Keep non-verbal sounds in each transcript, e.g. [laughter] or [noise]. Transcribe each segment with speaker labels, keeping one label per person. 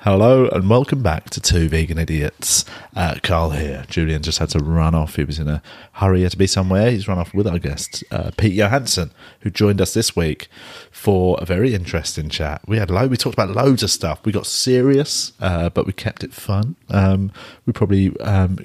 Speaker 1: Hello and welcome back to Two Vegan Idiots. Uh, Carl here. Julian just had to run off. He was in a hurry to be somewhere. He's run off with our guest, uh, Pete Johansson, who joined us this week for a very interesting chat. We had low. We talked about loads of stuff. We got serious, uh, but we kept it fun. Um, we probably um,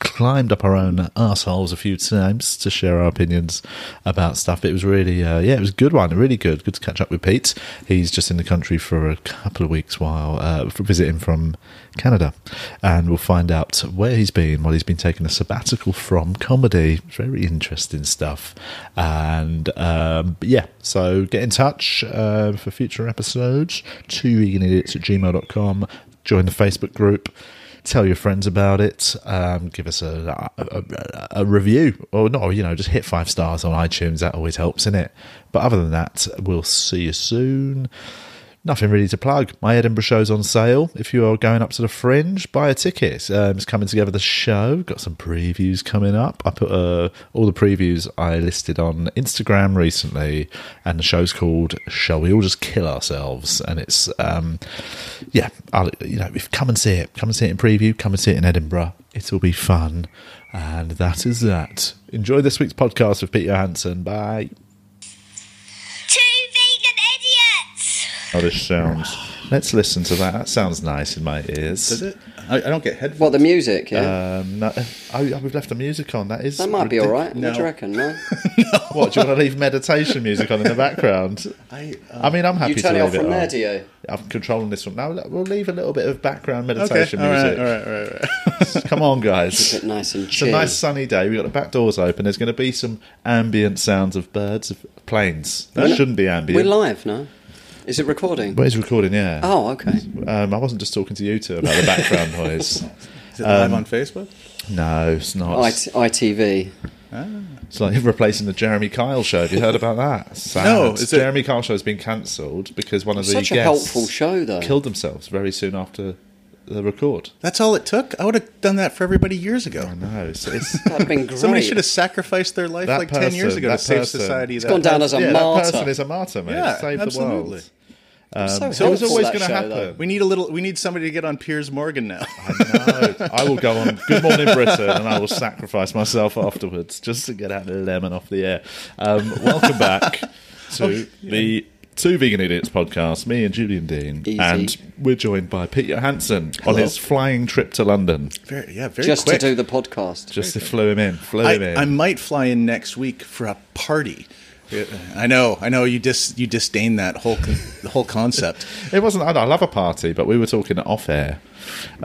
Speaker 1: climbed up our own arseholes a few times to share our opinions about stuff. It was really, uh, yeah, it was a good one. Really good. Good to catch up with Pete. He's just in the country for a couple of weeks while uh, for visiting from Canada, and we'll find out where he's been while he's been taking a sabbatical from comedy. It's very interesting stuff. And um, but yeah, so get in touch uh, for future episodes. Two E vegan idiots at gmail.com. Join the Facebook group. Tell your friends about it. Um, give us a, a, a, a review, or no, you know, just hit five stars on iTunes. That always helps, in it. But other than that, we'll see you soon. Nothing really to plug. My Edinburgh show's on sale. If you are going up to the Fringe, buy a ticket. Um, it's coming together the show. Got some previews coming up. I put uh, all the previews I listed on Instagram recently, and the show's called "Shall We All Just Kill Ourselves?" And it's um, yeah, I'll, you know, if come and see it, come and see it in preview, come and see it in Edinburgh. It'll be fun. And that is that. Enjoy this week's podcast with Pete Johansson. Bye.
Speaker 2: Two vegan idiots.
Speaker 1: How this sounds. Let's listen to that. That sounds nice in my ears.
Speaker 3: Is it? I, I don't get head.
Speaker 4: What the music? Yeah,
Speaker 1: Um, no, oh, yeah, we've left the music on. That is.
Speaker 4: that might be all
Speaker 1: ridic-
Speaker 4: right.
Speaker 3: no.
Speaker 4: What do you reckon? No,
Speaker 1: What do you want to leave meditation music on in the background?
Speaker 3: I, uh,
Speaker 1: I mean, I'm [laughs] happy
Speaker 4: you turn
Speaker 1: to leave
Speaker 4: it off from
Speaker 1: on.
Speaker 4: there, do you?
Speaker 1: I'm controlling this one now. look, We'll leave a little bit of background
Speaker 3: okay.
Speaker 1: meditation
Speaker 3: All right.
Speaker 1: music.
Speaker 3: All right. All right. all
Speaker 1: [laughs]
Speaker 3: right.
Speaker 1: Come on, guys.
Speaker 4: Keep it nice and
Speaker 1: It's a
Speaker 4: chill.
Speaker 1: nice sunny day. We've got the back doors open. There's going to be some ambient sounds of birds, of planes. That
Speaker 4: We're-
Speaker 1: shouldn't be
Speaker 4: We're
Speaker 1: ambient.
Speaker 4: live, no? Is it recording?
Speaker 1: but it's recording, yeah.
Speaker 4: Oh, okay.
Speaker 1: Um, I wasn't just talking to you two about the
Speaker 4: [laughs]
Speaker 1: background noise.
Speaker 3: Is it live on Facebook?
Speaker 1: No, it's not.
Speaker 4: I- ITV.
Speaker 1: It's like replacing the Jeremy Kyle show. Have you heard about that? Sad.
Speaker 3: No, is it-
Speaker 1: Jeremy Kyle show has been cancelled because one of the
Speaker 4: Such a
Speaker 1: guests
Speaker 4: helpful show, though.
Speaker 1: killed themselves very soon after the record.
Speaker 3: That's all it took. I would have done that for everybody years ago.
Speaker 1: No, it's,
Speaker 4: [laughs]
Speaker 1: it's
Speaker 4: That'd
Speaker 1: [laughs]
Speaker 4: been great.
Speaker 3: Somebody should have sacrificed their life
Speaker 1: That
Speaker 3: like ten years
Speaker 1: person,
Speaker 3: ago to
Speaker 1: that
Speaker 3: save
Speaker 1: person.
Speaker 3: society.
Speaker 1: It's
Speaker 3: that
Speaker 4: gone down as a
Speaker 1: yeah,
Speaker 4: martyr.
Speaker 1: that person is a martyr, mate.
Speaker 3: Yeah,
Speaker 1: Save the
Speaker 3: absolutely.
Speaker 1: world.
Speaker 4: Um, so
Speaker 1: So it was
Speaker 4: helpful,
Speaker 1: always
Speaker 4: that
Speaker 1: going to
Speaker 4: show,
Speaker 1: happen.
Speaker 4: though.
Speaker 3: We need a little. We need somebody to get on Piers Morgan [laughs] now.
Speaker 1: I know. I will go on Good Morning Britain and I will sacrifice myself afterwards just to get that lemon off the air. Um, welcome
Speaker 3: [laughs]
Speaker 1: back
Speaker 3: Oh,
Speaker 1: to the Two Vegan Idiots podcast, me and Julian Dean.
Speaker 4: Easy.
Speaker 1: And we're joined by Pete Johansson on
Speaker 4: Hello.
Speaker 1: his flying trip to London.
Speaker 3: very, yeah, very
Speaker 4: Just
Speaker 3: quick.
Speaker 4: to do the podcast.
Speaker 1: Just flew him in, flew him
Speaker 3: I,
Speaker 1: in.
Speaker 3: I might fly in next week for a party. I know, I know. You dis, you disdain that whole con- the whole concept.
Speaker 1: It wasn't. I love a party, but we were talking off air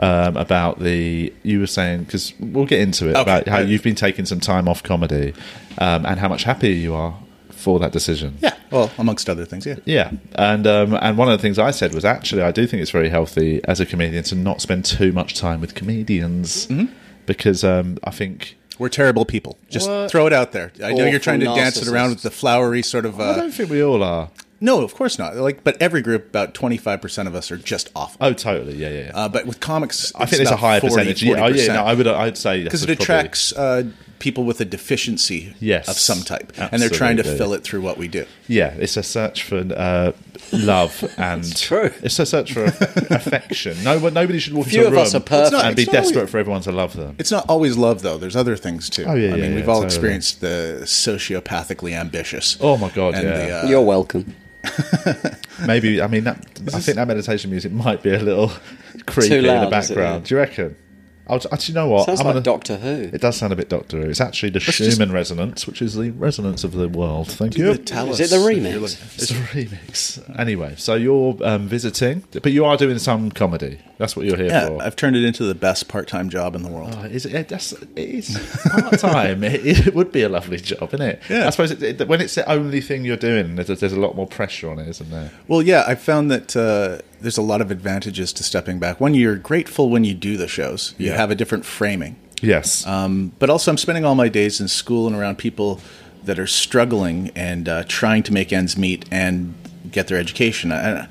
Speaker 1: um, about the. You were saying because we'll get into it
Speaker 3: Okay.
Speaker 1: about how you've been taking some time off comedy, um, and how much happier you are for that decision.
Speaker 3: [laughs] Yeah, well, amongst other things, yeah.
Speaker 1: Yeah, and um, and one of the things I said was actually I do think it's very healthy as a comedian to not spend too much time with comedians
Speaker 4: Mm-hmm.
Speaker 1: because um, I think
Speaker 3: We're terrible people. Just
Speaker 1: What?
Speaker 3: throw it out there. I know you're
Speaker 4: Awful
Speaker 3: trying to dance it around
Speaker 4: narcissists.
Speaker 3: with the flowery sort of.
Speaker 1: I
Speaker 3: Uh,
Speaker 1: don't think we all are.
Speaker 3: no, of course not. Like, but every group, about twenty five percent of us are just awful.
Speaker 1: Oh, totally. Yeah, yeah. yeah.
Speaker 3: Uh, but with comics,
Speaker 1: I think there's a higher percentage. Yeah, oh, yeah. No, I
Speaker 3: because
Speaker 1: would. I'd say that's
Speaker 3: it
Speaker 1: probably-
Speaker 3: attracts uh, people with a deficiency
Speaker 1: Yes.
Speaker 3: of some type, and they're trying to
Speaker 1: Absolutely.
Speaker 3: fill it through what we do.
Speaker 1: Yeah, it's a search for uh,
Speaker 4: [laughs]
Speaker 1: love and it's
Speaker 4: true.
Speaker 1: a search for affection. No, one- nobody should walk
Speaker 4: Few
Speaker 1: into a
Speaker 4: of
Speaker 1: room
Speaker 4: us are
Speaker 3: It's
Speaker 4: perfect.
Speaker 3: not-
Speaker 1: and be
Speaker 3: it's not
Speaker 1: desperate
Speaker 3: always-
Speaker 1: for everyone to love them.
Speaker 3: It's not always love, though. There's other things too.
Speaker 1: Oh, yeah,
Speaker 3: I
Speaker 1: yeah,
Speaker 3: mean,
Speaker 1: yeah,
Speaker 3: we've all
Speaker 1: totally.
Speaker 3: experienced the sociopathically ambitious. uh,
Speaker 1: Oh, my God, yeah.
Speaker 4: You're welcome.
Speaker 1: Maybe I mean that. I think that meditation music might be a little creepy in the
Speaker 4: loud, is it,
Speaker 1: background.
Speaker 4: yeah?
Speaker 1: Do you reckon? I'll, uh, do you know what?
Speaker 4: Sounds
Speaker 1: I'm
Speaker 4: like
Speaker 1: gonna-
Speaker 4: Doctor Who.
Speaker 1: It does sound a bit Doctor Who. It's actually the Schumann
Speaker 3: just-
Speaker 1: resonance, which is the resonance of the world. Thank
Speaker 3: Do
Speaker 1: you.
Speaker 3: the tell
Speaker 4: Is
Speaker 3: us
Speaker 4: it the
Speaker 3: if you're
Speaker 4: remix?
Speaker 3: looking-
Speaker 1: It's a remix. Anyway, so you're um, visiting, but you are doing some comedy. That's what you're here
Speaker 3: yeah,
Speaker 1: for.
Speaker 3: I've turned it into the best part-time job in the world.
Speaker 1: Oh, is it, yeah, that's, it is part time. it, it would be a lovely job, isn't it?
Speaker 3: Yeah.
Speaker 1: I suppose it, it- when it's the only thing you're doing, there's, there's a lot more pressure on it, isn't there?
Speaker 3: Well, yeah, I found that uh, there's a lot of advantages to stepping back. One, you're grateful when you do the shows. You
Speaker 1: Yeah.
Speaker 3: have a different framing.
Speaker 1: Yes.
Speaker 3: Um, but also, I'm spending all my days in school and around people that are struggling and uh, trying to make ends meet and get their education. I,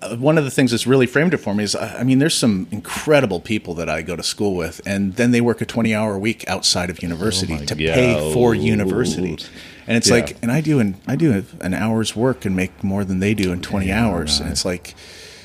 Speaker 3: I- one of the things that's really framed it for me is I I mean, there's some incredible people that I go to school with, and then they work a 20 hour week outside of university
Speaker 1: Oh my
Speaker 3: to pay for
Speaker 1: God.
Speaker 3: university. And it's
Speaker 1: Yeah.
Speaker 3: like, and I do an I do an hour's work and make more than they do in 20 hours, and it's like,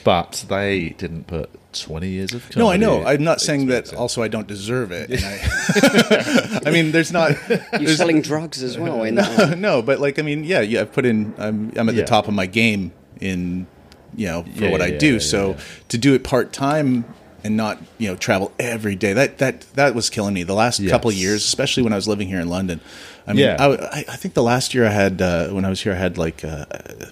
Speaker 1: But they didn't put 20 years of
Speaker 3: No, I know.
Speaker 1: comedy
Speaker 3: I'm not saying
Speaker 1: experience
Speaker 3: that.
Speaker 1: in.
Speaker 3: Also, I don't deserve it. And I,
Speaker 1: [laughs]
Speaker 3: I [laughs] mean, there's not.
Speaker 4: You're
Speaker 3: there's-
Speaker 4: selling drugs as well. In that
Speaker 3: [laughs]
Speaker 4: one.
Speaker 3: no, but like I mean, yeah, yeah. I've put in. I'm I'm at
Speaker 1: Yeah.
Speaker 3: the top of my game in you know for
Speaker 1: Yeah,
Speaker 3: what I
Speaker 1: yeah,
Speaker 3: do.
Speaker 1: yeah,
Speaker 3: so
Speaker 1: yeah.
Speaker 3: to do it part time and not you know travel every day that that that was killing me. The last couple
Speaker 1: Yes.
Speaker 3: years, especially when I was living here in London. I mean,
Speaker 1: Yeah.
Speaker 3: I, I I think the last year I had uh, when I was here, I had like uh,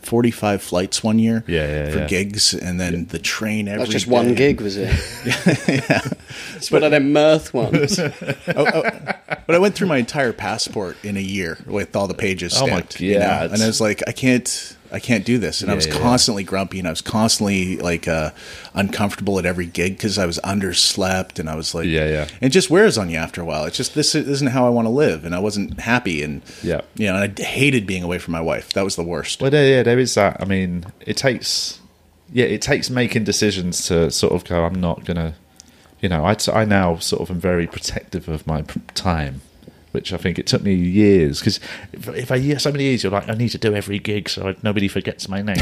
Speaker 3: 45 flights one year
Speaker 1: Yeah, yeah,
Speaker 3: for
Speaker 1: yeah.
Speaker 3: gigs, and then the train every.
Speaker 4: That's just one
Speaker 3: day.
Speaker 4: gig,
Speaker 1: [laughs]
Speaker 4: was it? yeah. It's one of them mirth
Speaker 1: [laughs]
Speaker 4: ones.
Speaker 3: But I went through my entire passport in a year with all the pages
Speaker 1: Oh my
Speaker 3: stamped.
Speaker 1: God.
Speaker 3: you know? And I was like, I can't, I can't do this. And I
Speaker 1: Yeah,
Speaker 3: was
Speaker 1: yeah, yeah.
Speaker 3: constantly grumpy, and I was constantly like uh, uncomfortable at every gig because I was underslept, and I was like,
Speaker 1: Yeah, yeah.
Speaker 3: And it just wears on you after a while. It's just this isn't how I want to live, and I wasn't happy, and
Speaker 1: Yeah.
Speaker 3: you know, and I hated being away from my wife. That was the worst.
Speaker 1: Well, there, yeah, there is that. I mean, it takes, yeah, it takes making decisions to sort of go. I'm not gonna, you know, I, I now sort of am very protective of my p- time, which I think it took me years because if, if I hear so many years, you're like, I need to do every gig so I, nobody forgets my name,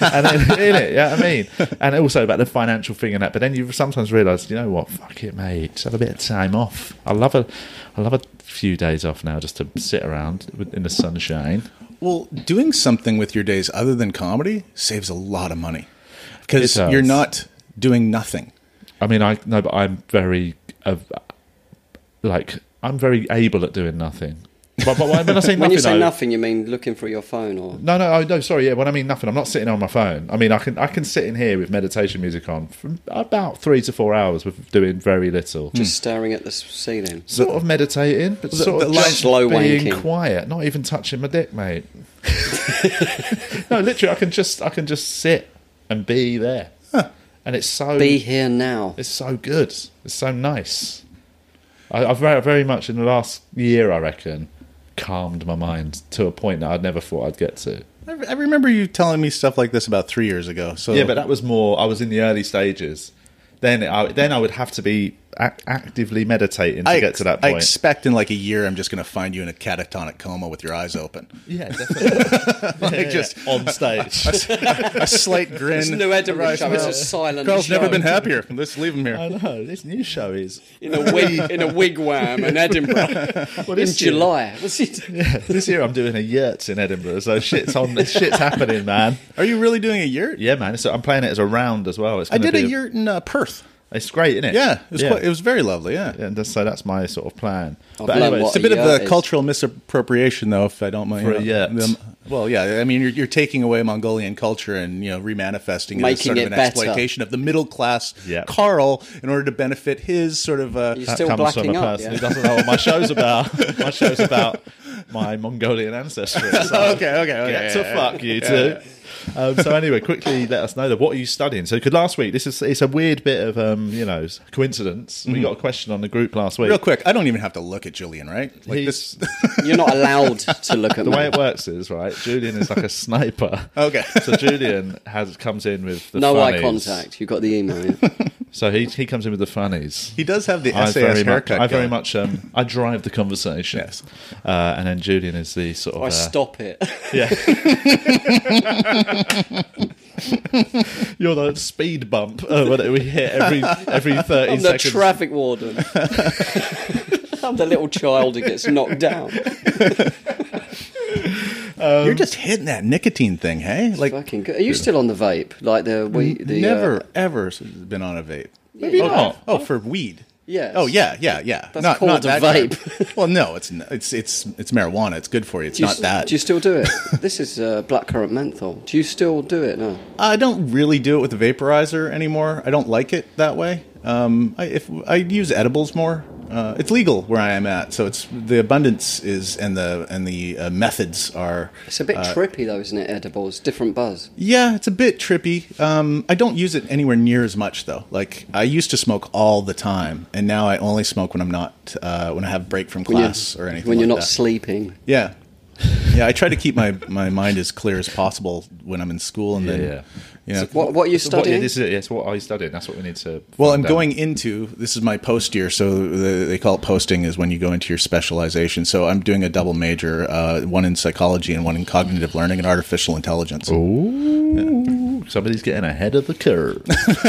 Speaker 1: and then in it, yeah, I mean, and also about the financial thing and that. But then you sometimes realise, you know what, fuck it, mate, just have a bit of time off. I love a, I love a few days off now just to sit around with- in the sunshine.
Speaker 3: Well, doing something with your days other than comedy saves a lot of money because
Speaker 1: It does.
Speaker 3: you're not doing nothing.
Speaker 1: I mean, I no, but I'm very, uh, like, I'm very able at doing nothing. But, but when I say nothing,
Speaker 4: [laughs] When you say
Speaker 1: I-
Speaker 4: nothing, you mean looking through your phone or
Speaker 1: no, no, oh, no, sorry, yeah. When I mean nothing, I'm not sitting on my phone. I mean, I can I can sit in here with meditation music on for about three to four hours with doing very little.
Speaker 4: just staring at the s- ceiling?
Speaker 1: sort of meditating, but sort of
Speaker 3: the
Speaker 1: just
Speaker 4: slow
Speaker 1: being
Speaker 4: wanking.
Speaker 1: quiet, not even touching my dick,
Speaker 4: [laughs]
Speaker 1: mate. no, literally, I can just I can just sit and be there, and it's so
Speaker 4: Be here now.
Speaker 1: it's so good. It's so nice. I, I've very, very much in the last year, I reckon, calmed my mind to a point that I'd never thought I'd get to.
Speaker 3: I I remember you telling me stuff like this about three years ago. So
Speaker 1: Yeah, but that was more. I was in the early stages. Then, I, then I would have to be ac- actively meditating to get
Speaker 3: ex-
Speaker 1: to that
Speaker 3: I
Speaker 1: point.
Speaker 3: expect in like a year, I'm just going to find you in a catatonic coma with your eyes open,
Speaker 1: yeah, definitely. [laughs]
Speaker 3: like just
Speaker 1: on stage.
Speaker 3: [laughs] a slight grin.
Speaker 4: It's no Edinburgh
Speaker 3: Right.
Speaker 4: show. It's a silent
Speaker 3: Carl's
Speaker 4: show.
Speaker 3: never been happier. Let's leave him
Speaker 1: I
Speaker 3: here.
Speaker 1: know this new show is.
Speaker 4: in a wig, in a wigwam in Edinburgh
Speaker 1: Well,
Speaker 4: in
Speaker 1: this year-
Speaker 4: July. What's he doing?
Speaker 1: Yeah, this year I'm doing a yurt in Edinburgh, so shit's on. shit's happening,
Speaker 3: [laughs]
Speaker 1: man.
Speaker 3: Are you really doing a yurt?
Speaker 1: Yeah, man. So I'm playing it as a round as well. It's
Speaker 3: I
Speaker 1: gonna
Speaker 3: did a
Speaker 1: be
Speaker 3: yurt in uh, Perth.
Speaker 1: It's great, isn't it?
Speaker 3: Yeah, it was Quite, it was very lovely. Yeah,
Speaker 1: and that's, so that's my sort of plan.
Speaker 4: I've
Speaker 1: but
Speaker 4: learned
Speaker 1: anyways,
Speaker 3: it's
Speaker 4: what
Speaker 3: a bit
Speaker 4: A yurt
Speaker 3: of a
Speaker 4: is-
Speaker 3: cultural misappropriation, though, if I don't mind.
Speaker 1: For a
Speaker 3: you know,
Speaker 1: yurt.
Speaker 3: well, yeah. I mean, you're, you're taking away Mongolian culture and you know remanifesting it as
Speaker 4: Making
Speaker 3: sort of
Speaker 4: it
Speaker 3: an
Speaker 4: better.
Speaker 3: exploitation of the middle class
Speaker 1: Yeah.
Speaker 3: Carl in order to benefit his sort of. Uh,
Speaker 4: You
Speaker 1: that
Speaker 4: still
Speaker 1: comes from
Speaker 4: blacking
Speaker 1: a
Speaker 4: up.
Speaker 1: person who
Speaker 4: Yeah.
Speaker 1: doesn't know what my
Speaker 4: [laughs]
Speaker 1: show's about. my show's about my Mongolian ancestry. So
Speaker 4: [laughs]
Speaker 1: [laughs]
Speaker 3: okay, okay, okay.
Speaker 1: Get to fuck you too. Um, so anyway, quickly let us know that what are you studying? So, because last week this is it's a weird bit of um, you know coincidence.
Speaker 4: Mm-hmm.
Speaker 1: We got a question on the group last week.
Speaker 3: Real quick, I don't even have to look at Julian, right? Like
Speaker 1: He's-
Speaker 3: this.
Speaker 4: You're not allowed to look at
Speaker 1: the way
Speaker 4: me.
Speaker 1: it works is right. Julian is like a
Speaker 4: [laughs]
Speaker 1: sniper.
Speaker 3: Okay.
Speaker 1: So Julian has comes in with the
Speaker 4: No eye
Speaker 1: funnies.
Speaker 4: contact. You got the email. yeah.
Speaker 1: So he he comes in with the funnies.
Speaker 3: He does have the
Speaker 1: I
Speaker 3: SAS
Speaker 1: very much,
Speaker 3: haircut.
Speaker 1: I very
Speaker 3: going.
Speaker 1: much, um, I drive the conversation.
Speaker 3: Yes.
Speaker 1: Uh, and then Julian is the sort of.
Speaker 4: I
Speaker 1: uh,
Speaker 4: stop it.
Speaker 1: [laughs] Yeah. You're the speed bump uh, that we hit every every
Speaker 3: [laughs]
Speaker 1: 30
Speaker 4: I'm the
Speaker 1: seconds.
Speaker 4: traffic warden. [laughs] I'm the little child who gets knocked down.
Speaker 1: Um,
Speaker 3: You're just hitting that nicotine thing, hey? Like
Speaker 4: Fucking good. Are you still on the vape? Like the we the
Speaker 3: never
Speaker 4: uh,
Speaker 3: ever s- been on a vape.
Speaker 1: Maybe
Speaker 3: oh,
Speaker 1: not.
Speaker 3: Oh, for weed.
Speaker 4: Yes.
Speaker 3: Oh yeah, yeah, yeah.
Speaker 4: That's called a
Speaker 3: that
Speaker 4: vape.
Speaker 3: kind. well, no, it's n- it's it's it's marijuana. It's good for you. It's
Speaker 4: do you
Speaker 3: not
Speaker 4: s-
Speaker 3: that.
Speaker 4: Do you still do it? this is uh, blackcurrant menthol. Do you still do it? No.
Speaker 3: I don't really do it with the vaporizer anymore. I don't like it that way. Um, I, if I use edibles more, uh, it's legal where I am at, so it's the abundance is and the and the uh, methods are.
Speaker 4: It's a bit trippy though, isn't it? Edibles, different buzz.
Speaker 3: Yeah, it's a bit trippy. Um, I don't use it anywhere near as much though. Like I used to smoke all the time, and now I only smoke when I'm not uh, when I have break from
Speaker 4: When you're-
Speaker 3: class or anything.
Speaker 4: When you're
Speaker 3: like
Speaker 4: not
Speaker 3: that.
Speaker 4: sleeping.
Speaker 3: Yeah. Yeah, I try to keep my, my mind as clear as possible when I'm in school, and
Speaker 1: Yeah.
Speaker 3: then, you know,
Speaker 4: What, what are you
Speaker 1: So what- yeah,
Speaker 4: studying?
Speaker 1: this is it. Yes, what are you studying? That's what we need to.
Speaker 3: Well, I'm
Speaker 1: find out.
Speaker 3: going into this is my post year, so the, they call it posting is when you go into your specialization. So I'm doing a double major, uh, one in psychology and one in cognitive learning and artificial intelligence.
Speaker 1: ooh, somebody's getting ahead of the curve.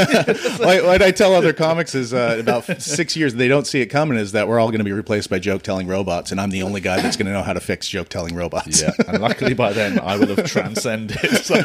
Speaker 3: What what I tell other comics is uh, about six years they don't see it coming is that we're all going to be replaced by joke telling robots, and I'm the only guy that's going to know how to fix joke telling robots.
Speaker 1: yeah, and luckily by then I will have [laughs] transcended. So I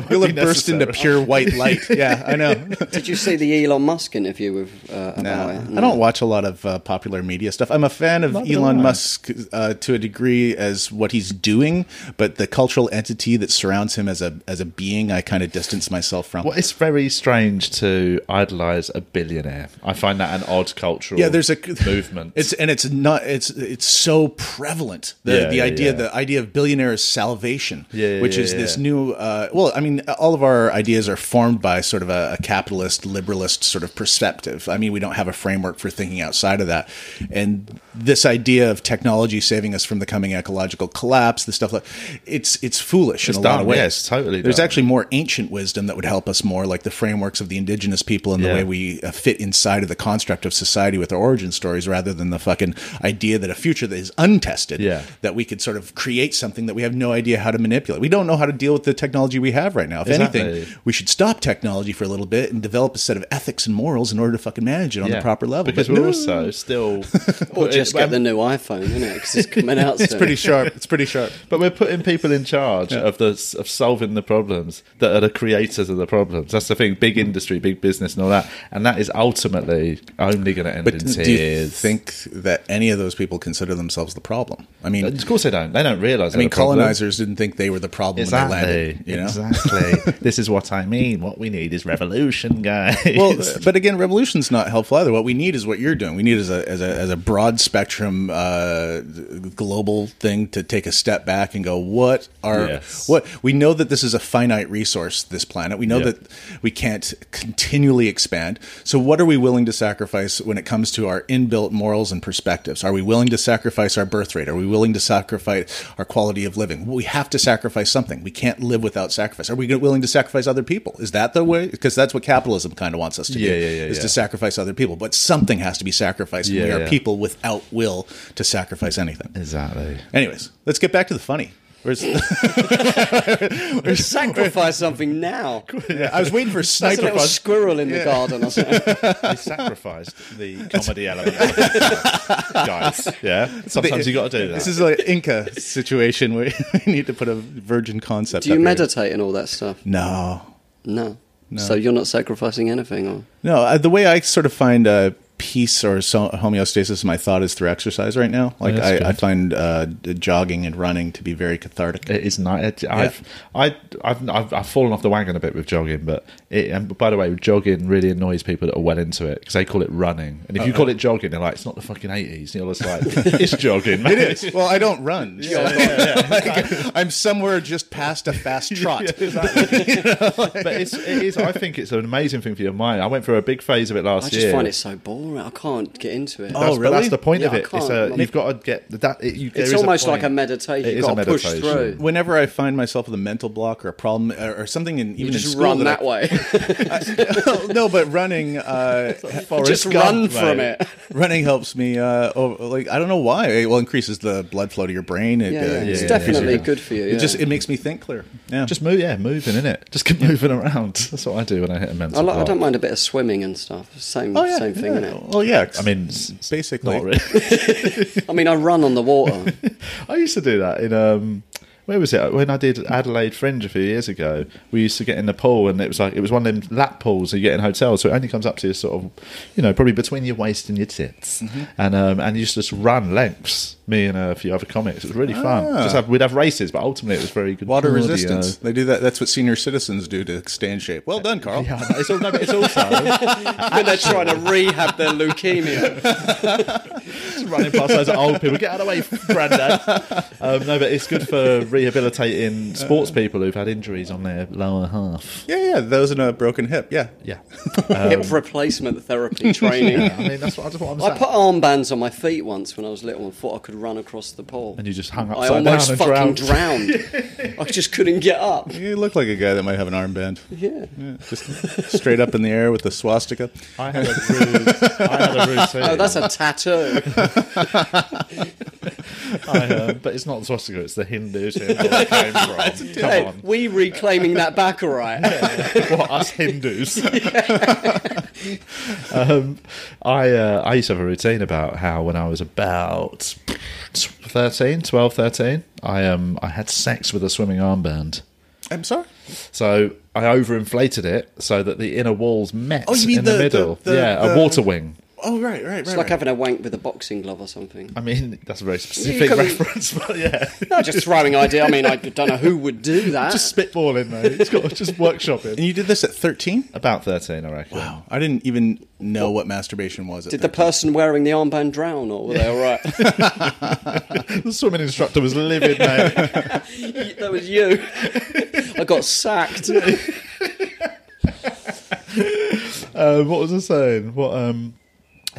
Speaker 1: won't
Speaker 3: [laughs] You'll
Speaker 1: be
Speaker 3: have burst into
Speaker 1: necessary. [laughs]
Speaker 3: pure white light. Yeah, I know.
Speaker 4: Did you see the Elon Musk interview with uh, about
Speaker 3: Uh, [laughs]
Speaker 4: it?
Speaker 3: I don't watch a lot of uh, popular media stuff. I'm a fan of
Speaker 1: Neither
Speaker 3: Elon
Speaker 1: do I.
Speaker 3: Musk uh, to a degree as what he's doing, but the cultural entity that surrounds him as a as a being, I kind of distance myself from.
Speaker 1: Well, it's very strange to idolize a billionaire. I find that an odd cultural
Speaker 3: yeah, there's a
Speaker 1: movement.
Speaker 3: [laughs] It's and it's not. It's it's so prevalent. The
Speaker 1: Yeah,
Speaker 3: the
Speaker 1: yeah,
Speaker 3: idea
Speaker 1: yeah.
Speaker 3: the idea of billionaire is salvation,
Speaker 1: Yeah, yeah,
Speaker 3: which
Speaker 1: yeah,
Speaker 3: is this
Speaker 1: yeah.
Speaker 3: new. Uh, well, I mean, all of our ideas are formed by sort of a, a capitalist, liberalist sort of perspective. I mean, we don't have a framework for thinking outside of that. And this idea of technology saving us from the coming ecological collapse, the stuff like it's it's foolish
Speaker 1: It's
Speaker 3: in a lot of
Speaker 1: dumb,
Speaker 3: ways.
Speaker 1: yeah, it's totally
Speaker 3: There's
Speaker 1: dumb.
Speaker 3: actually more ancient wisdom that would help us more, like the frameworks of the indigenous people and the
Speaker 1: Yeah.
Speaker 3: way we uh, fit inside of the construct of society with our origin stories, rather than the fucking idea that a future that is untested,
Speaker 1: Yeah.
Speaker 3: that we could sort of create something that we have no idea how to manipulate. We don't know how to deal with the technology we have right now. If
Speaker 1: Exactly.
Speaker 3: anything, we should stop technology for a little bit and develop a set of ethics and morals in order to fucking manage it on
Speaker 1: Yeah.
Speaker 3: the proper level.
Speaker 1: Because
Speaker 3: But
Speaker 1: we're
Speaker 3: no,
Speaker 1: also
Speaker 3: [laughs]
Speaker 1: still. um,
Speaker 4: Or just get the new iPhone, isn't it? 'Cause it's coming out
Speaker 3: it's
Speaker 4: soon.
Speaker 3: pretty sharp. It's pretty sharp.
Speaker 1: But we're putting people in charge of the of solving the problems that are the creators of the problems. That's the thing. Big
Speaker 3: Mm.
Speaker 1: industry, big business, and all that, and that is ultimately only going to end in
Speaker 3: do you
Speaker 1: tears.
Speaker 3: think that any of those people consider themselves the problem? I mean,
Speaker 1: of course, they don't. They don't realize.
Speaker 3: I mean, colonizers didn't think they were the problem when they
Speaker 1: Exactly.
Speaker 3: landed. You know?
Speaker 1: Exactly. this is what I mean. What we need is revolution, guys.
Speaker 3: [laughs] Well, but again, revolution's not helpful either. What we need is what you're doing. We need is a as a, as a broad spectrum, uh, global thing to take a step back and go, what are
Speaker 1: Yes.
Speaker 3: what we know that this is a finite resource, this planet. We know
Speaker 1: Yeah.
Speaker 3: that we can't continually expand. So, what are we willing to sacrifice when it comes to our inbuilt morals and perspectives? Are we willing to sacrifice our birth rate? Are we willing to sacrifice our quality of living? We have to sacrifice something. We can't live without sacrifice. Are we willing to sacrifice other people? Is that the way? Because that's what capitalism kind of wants us to
Speaker 1: Yeah,
Speaker 3: do:
Speaker 1: yeah, yeah,
Speaker 3: is
Speaker 1: yeah.
Speaker 3: to sacrifice other people. But something has to be sacrificed. and
Speaker 1: Yeah,
Speaker 3: we are
Speaker 1: yeah.
Speaker 3: people without will to sacrifice anything.
Speaker 1: [laughs] exactly.
Speaker 3: Anyways, let's get back to
Speaker 1: [laughs]
Speaker 3: the funny. Where's
Speaker 4: Sacrifice
Speaker 3: [laughs]
Speaker 4: something now.
Speaker 3: I was waiting for
Speaker 4: There's a
Speaker 3: sniper.
Speaker 4: little
Speaker 3: Buzz.
Speaker 4: squirrel in the garden
Speaker 3: [laughs]
Speaker 4: or something.
Speaker 1: [laughs] They sacrificed the [laughs] comedy element, of it. guys. Yeah. Sometimes you got to do that.
Speaker 3: This is like Inca [laughs]
Speaker 1: [laughs]
Speaker 3: situation where we need to put a virgin concept.
Speaker 4: Do you
Speaker 3: up here.
Speaker 4: meditate and all that stuff?
Speaker 3: No,
Speaker 4: No. So you're not sacrificing anything, or
Speaker 3: no. I, the way I sort of find uh, peace or so, homeostasis in my thought is through exercise. Right now, like
Speaker 1: Yeah, that's
Speaker 3: I, I
Speaker 1: good.
Speaker 3: find uh, d- jogging and running to be very cathartic.
Speaker 1: It is nice. It- I've, I, I've, I've, I've fallen off the wagon a bit with jogging, but it, and by the way, jogging really annoys people that are well into it because they call it running. And if you call it jogging, they're like, it's not the fucking 80s. And you're just [laughs] like, it's jogging, mate.
Speaker 3: [laughs] It is. Well, I don't run. so- [laughs] Like, I'm somewhere just past
Speaker 1: [laughs]
Speaker 3: a fast trot.
Speaker 1: But it's, it is, I think it's an amazing thing for your mind. I went through a big phase of it last
Speaker 4: I just
Speaker 1: year.
Speaker 4: find it so boring. I can't get into it.
Speaker 1: That's,
Speaker 3: Oh,
Speaker 1: But
Speaker 3: really?
Speaker 1: that's the point
Speaker 4: Yeah,
Speaker 1: of
Speaker 4: I
Speaker 1: it. It's
Speaker 4: can't.
Speaker 1: a,
Speaker 4: I'm-
Speaker 1: you've got to get that. It, you, there
Speaker 4: it's
Speaker 1: is a
Speaker 4: almost like a
Speaker 1: point.
Speaker 4: meditation.
Speaker 1: It
Speaker 4: You've
Speaker 1: is a
Speaker 4: got to push
Speaker 1: meditation.
Speaker 4: through.
Speaker 3: Whenever I find myself with a mental block or a problem or, or something, in, even
Speaker 4: You
Speaker 3: in
Speaker 4: just
Speaker 3: school
Speaker 4: run
Speaker 3: that
Speaker 4: that
Speaker 3: I- [laughs]
Speaker 4: way.
Speaker 3: no, but running, uh,
Speaker 4: [laughs] just
Speaker 1: Forrest
Speaker 4: run
Speaker 1: Gump,
Speaker 4: from
Speaker 1: mate.
Speaker 4: it.
Speaker 3: running helps me. Uh, oh, like I don't know why. It well increases the blood flow to your brain. It,
Speaker 4: Yeah,
Speaker 3: uh,
Speaker 4: yeah, it's
Speaker 3: increases-
Speaker 4: definitely good for you.
Speaker 3: It
Speaker 4: yeah.
Speaker 3: just it makes me think clear. Yeah,
Speaker 1: Just move, yeah, moving in it. Just keep moving around. That's what I do when I hit a mental
Speaker 4: I, like, I
Speaker 1: block.
Speaker 4: don't mind a bit of swimming and stuff. Same, same thing,
Speaker 3: Oh, yeah.
Speaker 4: innit?
Speaker 3: Well, yeah.
Speaker 1: I mean, it's
Speaker 3: basically,
Speaker 1: not really.
Speaker 4: I mean, I run on
Speaker 3: [laughs]
Speaker 4: the water.
Speaker 1: [laughs] I used to do that in um where was it when I did Adelaide Fringe a few years ago? We used to get in the pool and it was like it was one of them lap pools you get in hotels, so it only comes up to your sort of you know probably between your waist and your tits, and um and you used to just run lengths. Me and a few other comics, it was really fun.
Speaker 3: Ah.
Speaker 1: Just have, we'd have races, but ultimately it was very good
Speaker 3: water
Speaker 1: cardio.
Speaker 3: resistance. They do that. That's what senior citizens do to stay in shape. Well done, Carl.
Speaker 1: Yeah, it's, all, no, but it's also
Speaker 4: when they're trying to rehab their leukemia.
Speaker 1: just running past those old people. Get out of the way, Grandad. Um, no, but it's good for rehabilitating sports people who've had injuries on their lower half.
Speaker 3: Yeah, yeah. Those in a broken hip. Yeah.
Speaker 1: Yeah. Um,
Speaker 4: Hip replacement
Speaker 1: [laughs]
Speaker 4: therapy training.
Speaker 1: I mean, that's what, that's what I'm
Speaker 4: I
Speaker 1: saying.
Speaker 4: put armbands on my feet once when I was little and thought I could run across the pool.
Speaker 1: And you just hung
Speaker 4: I
Speaker 1: upside
Speaker 4: almost
Speaker 1: down and
Speaker 4: fucking
Speaker 1: drowned.
Speaker 4: drowned.
Speaker 1: [laughs]
Speaker 4: I just couldn't get up.
Speaker 3: You look like a guy that might have an armband.
Speaker 4: Yeah.
Speaker 3: Yeah, just straight up in the air with a swastika.
Speaker 1: I had a rude, I had a rude
Speaker 4: Oh,
Speaker 1: scene.
Speaker 4: that's a tattoo.
Speaker 1: I heard, but it's not the swastika, it's the [laughs] Hindus who it came from. [laughs]
Speaker 4: Hey,
Speaker 1: Come on.
Speaker 4: we reclaiming that baccarat.
Speaker 1: what us [laughs] Hindus. um, I uh, I used to have a routine about how when I was about 13, 12, 13, I um I had sex with a swimming armband.
Speaker 3: I'm sorry.
Speaker 1: So I overinflated it so that the inner walls met
Speaker 3: Oh, you mean
Speaker 1: in
Speaker 3: the-
Speaker 1: the,
Speaker 3: the-
Speaker 1: middle.
Speaker 3: the-
Speaker 1: yeah,
Speaker 3: the-
Speaker 1: a water wing.
Speaker 3: Oh right, right, right.
Speaker 4: It's like having a wank with a boxing glove or something.
Speaker 1: I mean, that's a
Speaker 3: [laughs]
Speaker 1: very specific
Speaker 4: could be-
Speaker 1: reference, but yeah. [laughs]
Speaker 4: No, just throwing idea. I mean, I don't know who would do that.
Speaker 1: just spitballing, mate. It's got just workshopping.
Speaker 3: [laughs] and you did this at 13.
Speaker 1: About 13, I reckon.
Speaker 3: Wow, I didn't even know what masturbation was. At
Speaker 4: Did the
Speaker 3: 13.
Speaker 4: person wearing the armband drown, or were they
Speaker 1: [laughs]
Speaker 4: all right? [laughs]
Speaker 1: The swimming instructor was livid, mate.
Speaker 3: [laughs]
Speaker 4: that
Speaker 1: [laughs]
Speaker 4: was you. I got sacked.
Speaker 1: Um, what was I saying? What um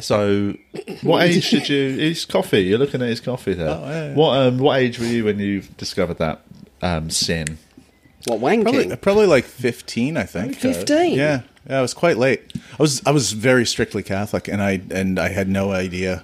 Speaker 1: so
Speaker 3: [laughs]
Speaker 1: what age should you it's coffee, you're looking at his coffee there.
Speaker 3: Oh, yeah, yeah.
Speaker 1: What um what age were you when you discovered that um sin?
Speaker 4: What wanking?
Speaker 3: probably probably like 15, I think.
Speaker 4: 15?
Speaker 3: Yeah, yeah. I was quite late. I was I was very strictly Catholic, and I and I had no idea.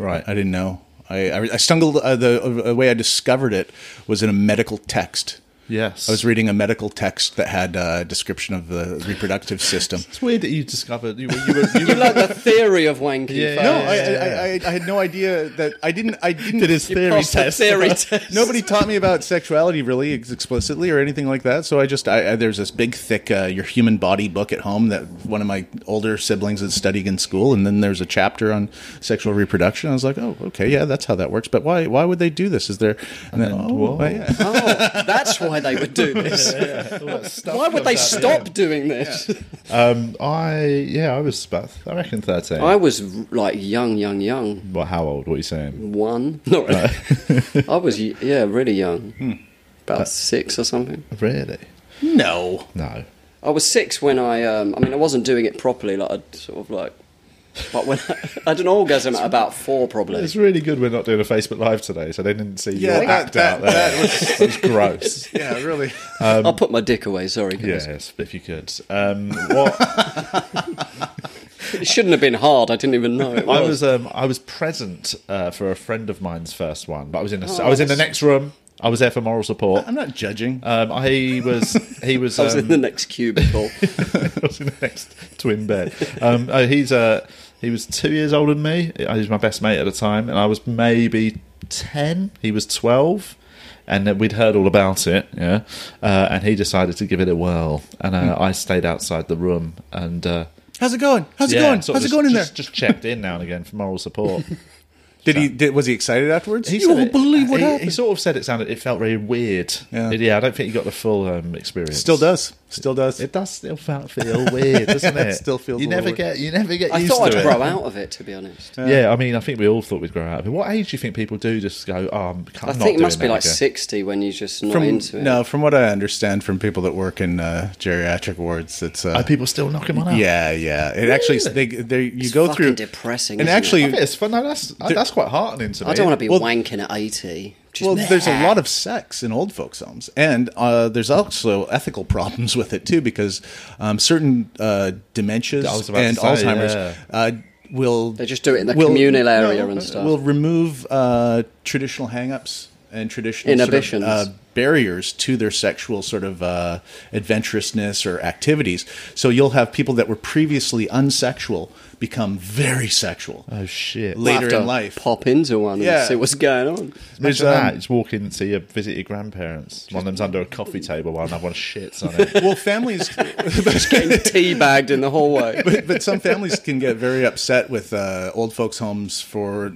Speaker 1: Right.
Speaker 3: I didn't know. I I, I stumbled. Uh, the uh, way I discovered it was in a medical text.
Speaker 1: Yes.
Speaker 3: I was reading a medical text that had uh, a description of the reproductive system.
Speaker 1: it's weird that you discovered you were you were, you
Speaker 4: You
Speaker 1: were
Speaker 4: learnt the theory of wanking
Speaker 1: Yeah,
Speaker 4: first.
Speaker 3: No, I, I, I, I had no idea that I didn't. I didn't.
Speaker 1: Did his You theory
Speaker 4: passed the
Speaker 3: [laughs]
Speaker 4: test. theory test.
Speaker 3: Nobody taught me about sexuality really ex- explicitly or anything like that. So I just I, I, there's this big thick uh, your human body book at home that one of my older siblings had studied in school, and then there's a chapter on sexual reproduction. I was like, oh, okay, yeah, that's how that works. But why why would they do this? Is there? And then, oh,
Speaker 1: whoa.
Speaker 3: why- [laughs] yeah.
Speaker 4: Oh, that's why they
Speaker 1: [laughs]
Speaker 4: would do this. Why would they stop doing this?
Speaker 1: um I yeah, I was about I reckon thirteen.
Speaker 4: I was like young, young, young.
Speaker 1: well, how old? What are you saying?
Speaker 4: One. No, [laughs] I was y- yeah, really young.
Speaker 1: Hmm.
Speaker 4: About six or something.
Speaker 1: Really?
Speaker 3: No.
Speaker 1: No.
Speaker 4: I was six when I. Um, I mean, I wasn't doing it properly. Like I'd sort of like. But when I [laughs] had an orgasm at about four, probably.
Speaker 1: It's really good we're not doing a Facebook Live today, so they didn't see
Speaker 3: Yeah,
Speaker 1: your
Speaker 3: that-
Speaker 1: act
Speaker 3: that-
Speaker 1: out there. That [laughs] was, gross.
Speaker 3: Yeah, really.
Speaker 4: I'll
Speaker 1: um,
Speaker 4: put my dick away. Sorry, guys.
Speaker 1: yes, if you could. Um, what
Speaker 4: It shouldn't have been hard. I didn't
Speaker 1: [laughs]
Speaker 4: even know it was.
Speaker 1: I was um, I was present uh, for a friend of mine's first one, but I was in a, I was in the next room. I was there for moral support.
Speaker 3: I'm not judging.
Speaker 1: Um, I was he was,
Speaker 4: [laughs] I was in
Speaker 1: um,
Speaker 4: the next cubicle.
Speaker 1: [laughs] I was in the next twin bed. Um, uh, he's uh, he was two years older than me. He was my best mate at the time, and I was maybe ten. He was twelve, and then we'd heard all about it. Yeah, uh, and he decided to give it a whirl, and
Speaker 3: Hmm.
Speaker 1: uh, I stayed outside the room and. Uh,
Speaker 3: How's it going? How's it
Speaker 1: yeah,
Speaker 3: going? How's
Speaker 1: sort of
Speaker 3: it
Speaker 1: just-
Speaker 3: going in there?
Speaker 1: just- Just checked in now and again for moral
Speaker 3: [laughs]
Speaker 1: support.
Speaker 3: did he? Did, was he excited afterwards?
Speaker 1: He
Speaker 3: you
Speaker 1: said
Speaker 3: won't
Speaker 1: it- uh,
Speaker 3: believe what
Speaker 1: he,
Speaker 3: happened.
Speaker 1: He sort of said it sounded. It felt very weird.
Speaker 3: Yeah.
Speaker 1: Yeah, I don't think he got the full um, experience.
Speaker 3: Still does. Still does.
Speaker 1: It does still felt
Speaker 3: [laughs]
Speaker 1: feel weird, doesn't
Speaker 3: Yeah,
Speaker 1: it?
Speaker 3: it still feels
Speaker 1: You
Speaker 3: a
Speaker 1: never
Speaker 3: little
Speaker 1: get. You never get.
Speaker 4: I
Speaker 1: used
Speaker 4: thought
Speaker 1: to it.
Speaker 4: I'd grow out of it, to be honest.
Speaker 1: Yeah, I mean, I think we all thought we'd grow out of it. What age do you think people do just go? Oh, I'm, I'm
Speaker 4: I
Speaker 1: not
Speaker 4: think
Speaker 1: doing
Speaker 4: it must be
Speaker 1: that
Speaker 4: like
Speaker 1: again."
Speaker 4: sixty when you're just not
Speaker 3: from
Speaker 4: into it.
Speaker 3: no, from what I understand from people that work in uh, geriatric wards, it's uh,
Speaker 1: Are people still knocking one out?
Speaker 3: yeah, yeah. It actually they, they you go
Speaker 4: fucking
Speaker 3: through
Speaker 4: depressing,
Speaker 3: and
Speaker 4: isn't it?
Speaker 3: actually,
Speaker 1: I think it's fun. No, that's that's quite heartening to me.
Speaker 4: I don't want to be
Speaker 3: Well-
Speaker 4: wanking at eighty. Just
Speaker 3: well, there's a lot of sex in old folks' homes, and uh, there's also ethical [laughs] problems with it too because um, certain uh, dementias
Speaker 1: I was about
Speaker 3: and
Speaker 1: to say,
Speaker 3: Alzheimer's
Speaker 1: yeah.
Speaker 3: uh, will they
Speaker 4: just do it in the communal area and stuff.
Speaker 3: Will remove uh, traditional hang-ups and traditional
Speaker 4: Inhibitions.
Speaker 3: Sort of, uh, barriers to their sexual sort of uh, adventurousness or activities. So you'll have people that were previously unsexual become very sexual.
Speaker 1: Oh shit!
Speaker 3: Later
Speaker 4: I'll have to
Speaker 3: in life.
Speaker 4: Pop into one
Speaker 3: Yeah.
Speaker 4: and see what's going on.
Speaker 1: There's
Speaker 3: um,
Speaker 1: that. It's walking to your visit your grandparents. One of them's under a coffee table, while another one shits on
Speaker 3: [laughs]
Speaker 1: it.
Speaker 3: Well, families,
Speaker 1: [laughs]
Speaker 4: Getting teabagged in the hallway.
Speaker 3: but, but some families can get very upset with uh, old folks' homes for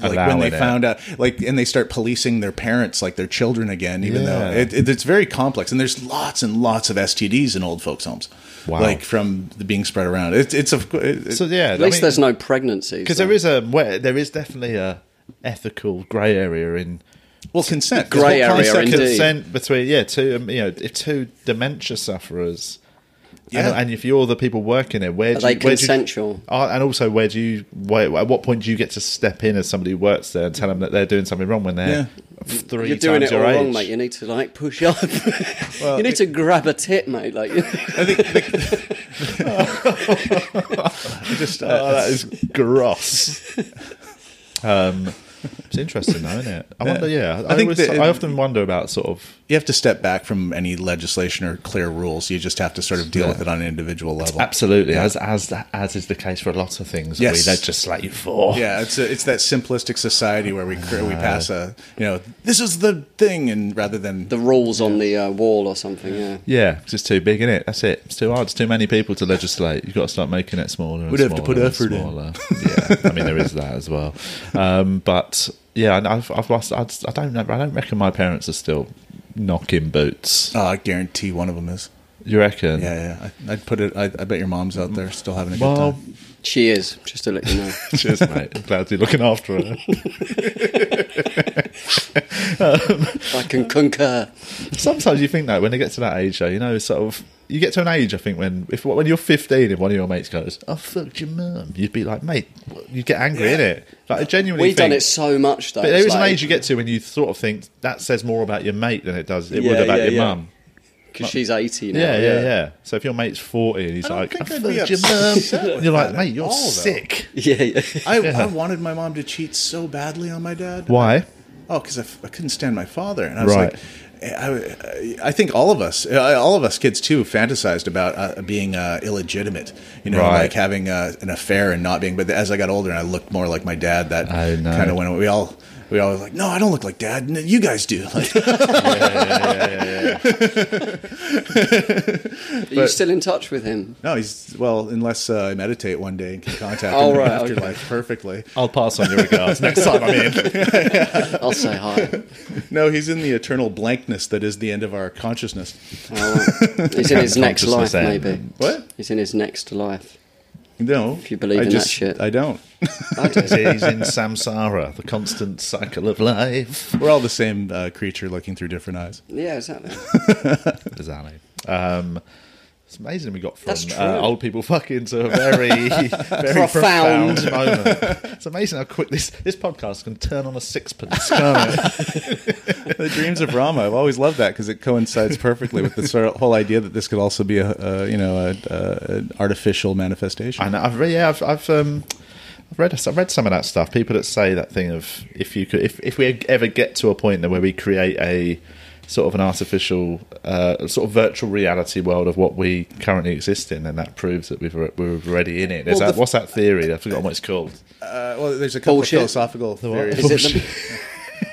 Speaker 3: like
Speaker 1: Allowing
Speaker 3: when they
Speaker 1: it.
Speaker 3: found out, like, and they start policing their parents like their children again, even
Speaker 1: Yeah.
Speaker 3: though it, it, it's very complex. And there's lots and lots of STDs in old folks' homes,
Speaker 1: Wow.
Speaker 3: like from the being spread around. It's it's a it,
Speaker 1: So yeah,
Speaker 4: At least there's no pregnancies.
Speaker 1: because
Speaker 4: though.
Speaker 1: there is a where there is definitely a ethical grey area in
Speaker 3: well consent
Speaker 4: Grey
Speaker 3: This whole
Speaker 4: area,
Speaker 3: concept of-
Speaker 4: indeed.
Speaker 1: consent between yeah two um, you know if two dementia sufferers
Speaker 3: Yeah.
Speaker 1: and, and if you're the people working it where
Speaker 4: Are
Speaker 1: do
Speaker 4: they
Speaker 1: you, where do you-
Speaker 4: consensual?
Speaker 1: Uh, and also where do you where, at what point do you get to step in as somebody who works there and tell them that they're doing something wrong when they're three
Speaker 4: You're doing
Speaker 1: times
Speaker 4: it all
Speaker 1: your age
Speaker 4: wrong, mate. You need to like
Speaker 1: [laughs]
Speaker 4: push up. you need to grab a tit, mate. Like
Speaker 3: just uh,
Speaker 1: oh, that is gross [laughs] um It's interesting, though, isn't it? I wonder. Yeah, I,
Speaker 3: I think
Speaker 1: always,
Speaker 3: that- um,
Speaker 1: I often wonder about sort of
Speaker 3: You have to step back from any legislation or clear rules. You just have to sort of deal with it on an individual level.
Speaker 1: absolutely as as as is the case for a lot of things. that
Speaker 3: Yes.
Speaker 1: we legislate for.
Speaker 3: Yeah, it's a, it's that simplistic society where we cr- we pass a you know this is the thing, and rather than
Speaker 4: The rules on the uh, wall or something. Yeah.
Speaker 1: Yeah, 'cause it's too big, is it? That's it. It's too hard. It's too many people to legislate. You've got to start making it smaller. And
Speaker 3: We'd have to put
Speaker 1: smaller and
Speaker 3: effort in.
Speaker 1: smaller. yeah, I mean there is that as well. Um, but yeah, and I've, I've lost. I, I don't. know- I don't reckon my parents are still knocking boots.
Speaker 3: oh, I guarantee one of them is.
Speaker 1: You reckon?
Speaker 3: Yeah, yeah. I, I'd put it. I, I bet your mom's out there still having a good
Speaker 1: Well,
Speaker 3: time.
Speaker 4: She is. Just to let you know.
Speaker 1: cheers, mate. I'm glad you're looking after her.
Speaker 4: I can concur.
Speaker 1: Sometimes you think that when they get to that age, though, you know, sort of, you get to an age. I think when if when you're 15 and one of your mates goes, "I fucked your mum," you'd be like, "Mate," you'd get angry, in innit? Like, I genuinely,
Speaker 4: We've done
Speaker 1: think-
Speaker 4: it so much though.
Speaker 1: But there
Speaker 4: it's
Speaker 1: is an
Speaker 4: like-
Speaker 1: age you get to when you sort of think that says more about your mate than it does it would
Speaker 4: Yeah,
Speaker 1: about
Speaker 4: yeah,
Speaker 1: your
Speaker 4: yeah.
Speaker 1: mum.
Speaker 4: because she's 18 now.
Speaker 1: Yeah, yeah, yeah. So if your mate's forty and he's
Speaker 3: don't
Speaker 1: like, "I
Speaker 3: think I'd be
Speaker 1: fucked your
Speaker 3: upset
Speaker 1: mum,"
Speaker 3: with
Speaker 1: you're like,
Speaker 3: that
Speaker 1: "Mate,
Speaker 3: at
Speaker 1: you're
Speaker 3: all, though."
Speaker 1: sick."
Speaker 4: [laughs] yeah, yeah.
Speaker 3: I, I wanted my mom to cheat so badly on my dad.
Speaker 1: Why?
Speaker 3: Oh, because I, f- I couldn't stand my father, and I was
Speaker 1: Right.
Speaker 3: like, I, I think all of us, uh, all of us kids too, fantasized about uh, being uh, illegitimate. You know,
Speaker 1: Right.
Speaker 3: like having uh, an affair and not being. But as I got older and I looked more like my dad, that
Speaker 1: I know.
Speaker 3: kind of went. away. We all. We all were like, no, I don't look like dad. No, you guys do. [laughs]
Speaker 1: [laughs]
Speaker 3: Like,
Speaker 4: Are you still in touch with him?
Speaker 3: no, he's well, unless uh, I meditate one day and can contact
Speaker 4: Oh,
Speaker 3: him
Speaker 4: right,
Speaker 3: in
Speaker 4: okay.
Speaker 3: afterlife perfectly.
Speaker 1: I'll pass on your regards next time I'm in. [laughs]
Speaker 4: I'll say hi.
Speaker 3: No, he's in the eternal blankness that is the end of our consciousness.
Speaker 4: All right. He's in his next life,
Speaker 1: Consciousness end.
Speaker 4: maybe.
Speaker 3: What?
Speaker 4: He's in his
Speaker 3: [laughs]
Speaker 4: next life.
Speaker 3: No, if
Speaker 4: you believe in that shit.
Speaker 3: I don't.
Speaker 4: I do.
Speaker 1: He's in samsara, the constant cycle of life.
Speaker 3: We're all the same uh, creature looking through different
Speaker 4: [laughs]
Speaker 3: eyes.
Speaker 4: Yeah, exactly.
Speaker 3: [laughs]
Speaker 1: There's Ali. Um, it's amazing we got from
Speaker 4: That's true.
Speaker 1: uh, old people fucking to a very, very profound.
Speaker 4: Profound.
Speaker 1: moment. It's amazing how quick this, this podcast can turn on a sixpence, can't it?
Speaker 3: the dreams of Rama. I've always loved that because it coincides perfectly with the sort of whole idea that this could also be a, a you know a, a, an artificial manifestation.
Speaker 1: And I've re- yeah, I've I've um, I've read I've read some of that stuff. People that say that thing of if you could if if we ever get to a point where we create a sort of an artificial uh, sort of virtual reality world of what we currently exist in, then that proves that we've re- we're already in it. There's
Speaker 3: Well,
Speaker 1: that,
Speaker 3: the-
Speaker 1: what's that theory? I've forgotten what it's called.
Speaker 3: Uh, well, there's a couple
Speaker 4: Bullshit.
Speaker 3: of philosophical theories.
Speaker 4: Is it the,
Speaker 1: [laughs]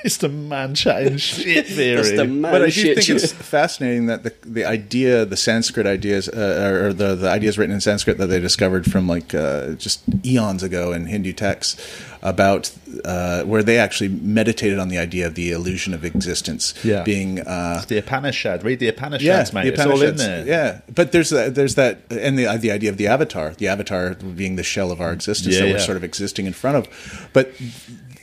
Speaker 1: It's the man chatting shit theory.
Speaker 4: that's the man
Speaker 3: but I do
Speaker 4: shit
Speaker 3: think
Speaker 4: you-
Speaker 3: it's fascinating that the the idea, the Sanskrit ideas, uh, or- or the the ideas written in Sanskrit that they discovered from like uh, just eons ago in Hindu texts about uh, where they actually meditated on the idea of the illusion of existence
Speaker 1: Yeah.
Speaker 3: being uh,
Speaker 1: the Upanishad. Read the Upanishads,
Speaker 3: yeah,
Speaker 1: mate.
Speaker 3: the
Speaker 1: it's all in there.
Speaker 3: Upanishads. Yeah, but there's that, there's that, and the the idea of the avatar, the avatar being the shell of our existence
Speaker 1: Yeah,
Speaker 3: that
Speaker 1: yeah.
Speaker 3: we're sort of existing in front of. But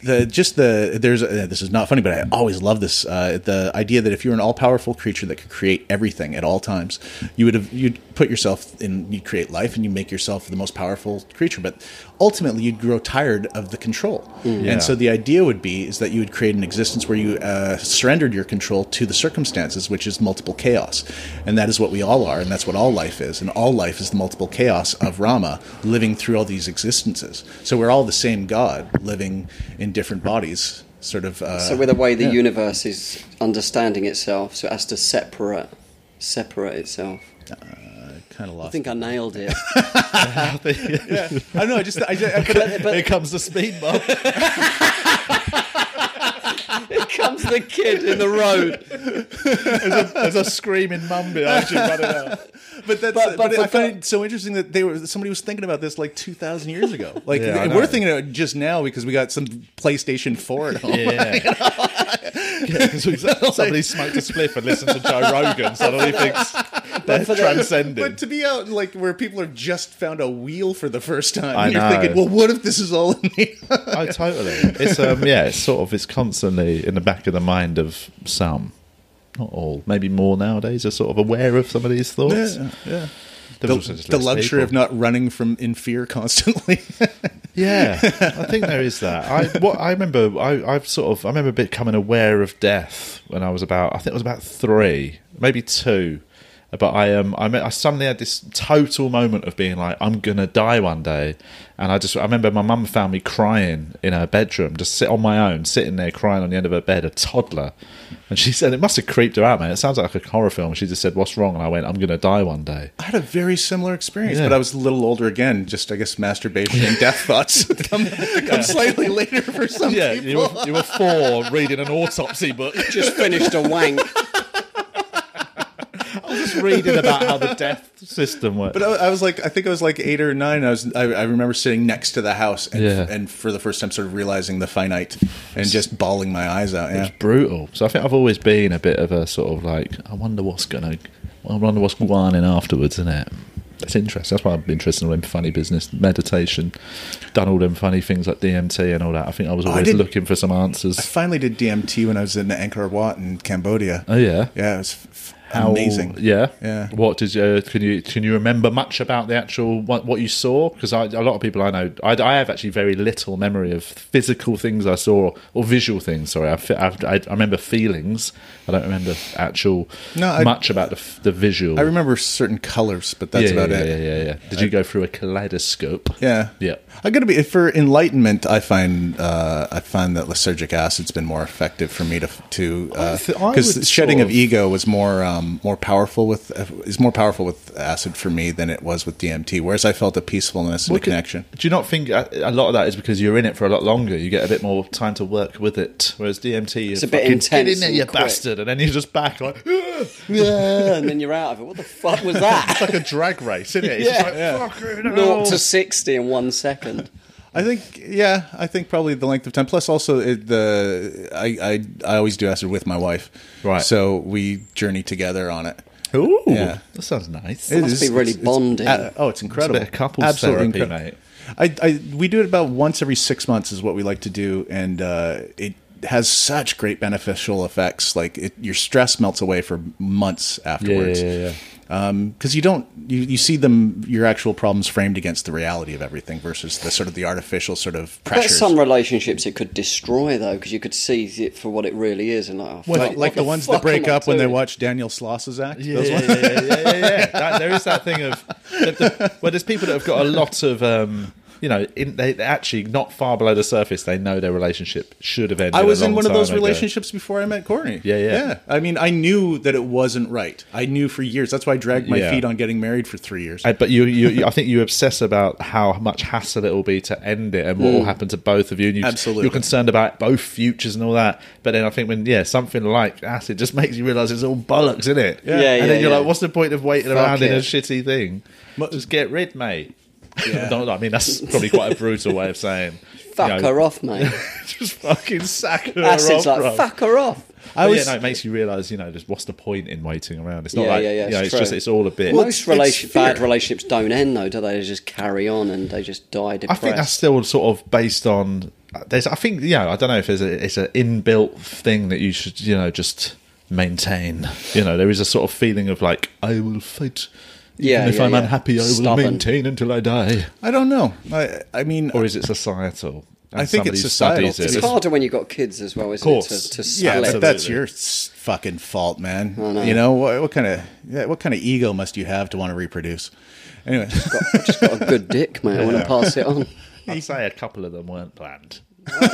Speaker 3: the just the there's uh, this is not funny, but I always love this uh, the idea that if you're an all powerful creature that could create everything at all times, you would have you'd put yourself in you create life and you make yourself the most powerful creature, but ultimately you'd grow tired of the control,
Speaker 1: Mm.
Speaker 3: and so the idea would be is that you would create an existence where you uh, surrendered your control to the circumstances, which is multiple chaos. And that is what we all are, and that's what all life is. And all life is the multiple chaos of Rama living through all these existences. So we're all the same God living in different bodies, sort of. Uh,
Speaker 4: so with the way the universe is understanding itself, so it has to separate, separate itself.
Speaker 3: kind of
Speaker 4: I [laughs]
Speaker 3: lost.
Speaker 4: think I nailed it.
Speaker 3: I don't know. I just. I, just- I, but
Speaker 4: [laughs] but, but
Speaker 1: Here comes the speed bump.
Speaker 4: comes the kid in the road.
Speaker 1: [laughs] There's a screaming mum behind you running out.
Speaker 3: [laughs] but that's.
Speaker 4: But-
Speaker 3: But,
Speaker 4: but-
Speaker 3: I
Speaker 4: but-
Speaker 3: find it so interesting that they were somebody was thinking about this like two thousand years ago. Like
Speaker 1: Yeah, I know.
Speaker 3: we're thinking about it just now because we got some PlayStation Four at home. [laughs]
Speaker 1: Yeah. somebody smoked a spliff and listened to Joe Rogan
Speaker 3: [laughs]
Speaker 1: suddenly thinks they're
Speaker 4: for the-
Speaker 1: transcending.
Speaker 3: But to be out in, like where people have just found a wheel for the first time,
Speaker 1: I
Speaker 3: and you're
Speaker 1: know.
Speaker 3: thinking, well, what if this is all in the
Speaker 1: oh, totally. It's um, yeah, it's sort of it's constantly in the back of the mind of some, not all, maybe more nowadays are sort of aware of some of these thoughts.
Speaker 3: yeah.
Speaker 1: There's
Speaker 3: The,
Speaker 1: also just
Speaker 3: the
Speaker 1: less
Speaker 3: luxury
Speaker 1: people.
Speaker 3: of not running from in fear constantly. [laughs]
Speaker 1: Yeah, I think there is that. I what I remember, I, I've sort of I remember becoming aware of death when I was about I think it was about three, maybe two, But I um I mean, I suddenly had this total moment of being like I'm gonna die one day, and I just I remember my mum found me crying in her bedroom, just sit on my own, sitting there crying on the end of her bed, a toddler, and she said it must have creeped her out, man. It sounds like a horror film. She just said, "What's wrong?" And I went, "I'm gonna die one day."
Speaker 3: I had a very similar experience,
Speaker 1: Yeah.
Speaker 3: but I was a little older again. Just I guess masturbation and death thoughts [laughs] come, come slightly later for some
Speaker 1: Yeah,
Speaker 3: people.
Speaker 1: you were, you were four reading an autopsy
Speaker 3: [laughs]
Speaker 1: book.
Speaker 4: Just finished a wank. [laughs]
Speaker 1: reading about how the death system works.
Speaker 3: But I, I was like, I think I was like eight or nine. I was, I, I remember sitting next to the house, and,
Speaker 1: Yeah.
Speaker 3: and for the first time, sort of realizing the finite, and just bawling my eyes out. Yeah.
Speaker 1: it's brutal. So I think I've always been a bit of a sort of like, I wonder what's gonna, I wonder what's whining afterwards, isn't it? It's interesting. That's why I'm interested in all them funny business, meditation, done all them funny things like DMT and all that. I think I was
Speaker 3: I
Speaker 1: always
Speaker 3: did-
Speaker 1: looking for some
Speaker 3: I
Speaker 1: answers.
Speaker 3: finally did DMT when I was in Angkor Wat in Cambodia.
Speaker 1: Oh yeah,
Speaker 3: Yeah, it was f-
Speaker 1: How-
Speaker 3: amazing.
Speaker 1: Yeah,
Speaker 3: Yeah.
Speaker 1: What did you can you can you remember much about the actual what, what you saw? Because a lot of people I know, I, I have actually very little memory of physical things I saw or visual things. Sorry, I fe- I, I, I remember feelings. I don't remember actual
Speaker 3: No, I-
Speaker 1: much about the, f- the visual.
Speaker 3: I remember certain colors, but that's
Speaker 1: yeah,
Speaker 3: about
Speaker 1: yeah,
Speaker 3: it.
Speaker 1: Yeah, yeah, yeah. Did you go through a kaleidoscope?
Speaker 3: Yeah,
Speaker 1: Yeah.
Speaker 3: I gotta be for enlightenment. I find uh, I find that lysergic acid's been more effective for me to to
Speaker 1: I th- I
Speaker 3: because
Speaker 1: would
Speaker 3: shedding
Speaker 1: sort
Speaker 3: of
Speaker 1: of-
Speaker 3: ego was more um, more powerful with is more powerful with acid for me than it was with DMT. Whereas I felt a peacefulness and a
Speaker 1: Look at-
Speaker 3: connection.
Speaker 1: Do you not think a, a lot of that is because you're in it for a lot longer? You get a bit more time to work with it, whereas DMT is
Speaker 4: a bit
Speaker 1: Get
Speaker 4: intense
Speaker 1: in there,
Speaker 4: and
Speaker 1: you
Speaker 4: quick."
Speaker 1: bastard, and then you're just back like.
Speaker 4: Yeah, and then you're out of it. What the fuck was
Speaker 3: [laughs]
Speaker 4: that?
Speaker 1: like a drag race, isn't it?
Speaker 4: It's just
Speaker 1: yeah.
Speaker 4: like, [laughs] Naught to sixty in one second.
Speaker 3: I think yeah, I think probably the length of time. Plus, also it, the I, I I always do acid with my wife,
Speaker 1: Right.
Speaker 3: So we journey together on it.
Speaker 1: Ooh,
Speaker 3: Yeah.
Speaker 1: that sounds nice.
Speaker 3: It
Speaker 4: must be really bonding.
Speaker 3: uh, oh, it's incredible.
Speaker 1: bit of couples therapy,
Speaker 3: mate. I, I, we do it about once every six months is what we like to do, and uh, it has such great beneficial effects. Like it, your stress melts away for months afterwards.
Speaker 1: yeah,
Speaker 3: Because you don't, you, you see them your actual problems framed against the reality of everything versus the sort of the artificial sort of
Speaker 4: But
Speaker 3: pressures.
Speaker 4: some relationships it could destroy though, because you could see it for what it really is, and like, oh,
Speaker 3: like,
Speaker 4: fuck,
Speaker 3: like
Speaker 4: what
Speaker 3: the ones
Speaker 4: fuck
Speaker 3: that break
Speaker 4: am I
Speaker 3: up when they
Speaker 4: doing?
Speaker 3: watch Daniel Sloss's act.
Speaker 1: Yeah,
Speaker 3: Those
Speaker 1: yeah,
Speaker 3: ones.
Speaker 1: yeah, yeah, yeah, yeah. [laughs] That, there is that thing of that the, well, there's people that have got a lot of um, you know, in, they they're actually not far below the surface. They know their relationship should have ended.
Speaker 3: I was
Speaker 1: a long
Speaker 3: in one of
Speaker 1: time
Speaker 3: those
Speaker 1: ago.
Speaker 3: relationships before I met Courtney.
Speaker 1: Yeah, yeah.
Speaker 3: Yeah. I mean, I knew that it wasn't right. I knew for years. That's why I dragged my
Speaker 1: Yeah.
Speaker 3: feet on getting married for three years.
Speaker 1: Uh, But you, you, you- I think you obsess about how much hassle it will be to end it and what
Speaker 4: Mm.
Speaker 1: will happen to both of you. And you
Speaker 3: Absolutely.
Speaker 1: you're concerned about both futures and all that. But then I think when yeah, something like acid just makes you realise it's all bollocks, isn't it?
Speaker 4: Yeah. Yeah,
Speaker 1: and
Speaker 4: yeah,
Speaker 1: then you're
Speaker 4: yeah.
Speaker 1: like, what's the point of waiting around in a
Speaker 4: it.
Speaker 1: shitty thing?
Speaker 3: But-
Speaker 1: just get rid, mate. [laughs] No, no, I mean that's probably quite a brutal way of saying.
Speaker 4: Fuck
Speaker 1: you know,
Speaker 4: her off,
Speaker 3: [laughs]
Speaker 4: mate.
Speaker 1: [laughs] Just fucking sack her off.
Speaker 4: Acid's like
Speaker 1: bro.
Speaker 4: fuck her off.
Speaker 1: But
Speaker 3: I was-
Speaker 1: yeah, no, it makes you realise, you know, just what's the point in waiting around? It's not
Speaker 4: Yeah,
Speaker 1: like,
Speaker 4: yeah, yeah,
Speaker 1: you know,
Speaker 4: it's
Speaker 1: it's
Speaker 4: true.
Speaker 1: just, it's all a bit.
Speaker 4: Most
Speaker 3: it's
Speaker 4: relation-
Speaker 3: fear.
Speaker 4: bad relationships don't end though, do they? They just carry on and they just die
Speaker 1: I
Speaker 4: depressed.
Speaker 1: think that's still sort of based on there's I think you know I don't know if there's a it's an inbuilt thing that you should you know just maintain you know there is a sort of feeling of like I will fight
Speaker 4: Yeah,
Speaker 1: even if
Speaker 4: yeah,
Speaker 1: I'm
Speaker 4: yeah.
Speaker 1: unhappy I will
Speaker 4: Stubborn.
Speaker 1: maintain until I die
Speaker 3: I don't know. I, I mean,
Speaker 1: or is it societal And
Speaker 3: I think it's
Speaker 1: somebody
Speaker 3: societal.
Speaker 1: studies
Speaker 4: It's
Speaker 1: it.
Speaker 3: It's-
Speaker 4: harder when you've got kids as well, isn't
Speaker 1: Course.
Speaker 4: it? To, to
Speaker 3: yeah,
Speaker 4: split.
Speaker 3: but
Speaker 1: Absolutely.
Speaker 3: that's your s- fucking fault, man.
Speaker 4: know.
Speaker 3: You know what, what kind of yeah, what kind of ego must you have to want to reproduce? Anyway, [laughs]
Speaker 4: I've just got a good dick, mate. I want to pass it on.
Speaker 1: I'd say a couple of them weren't planned
Speaker 4: I'd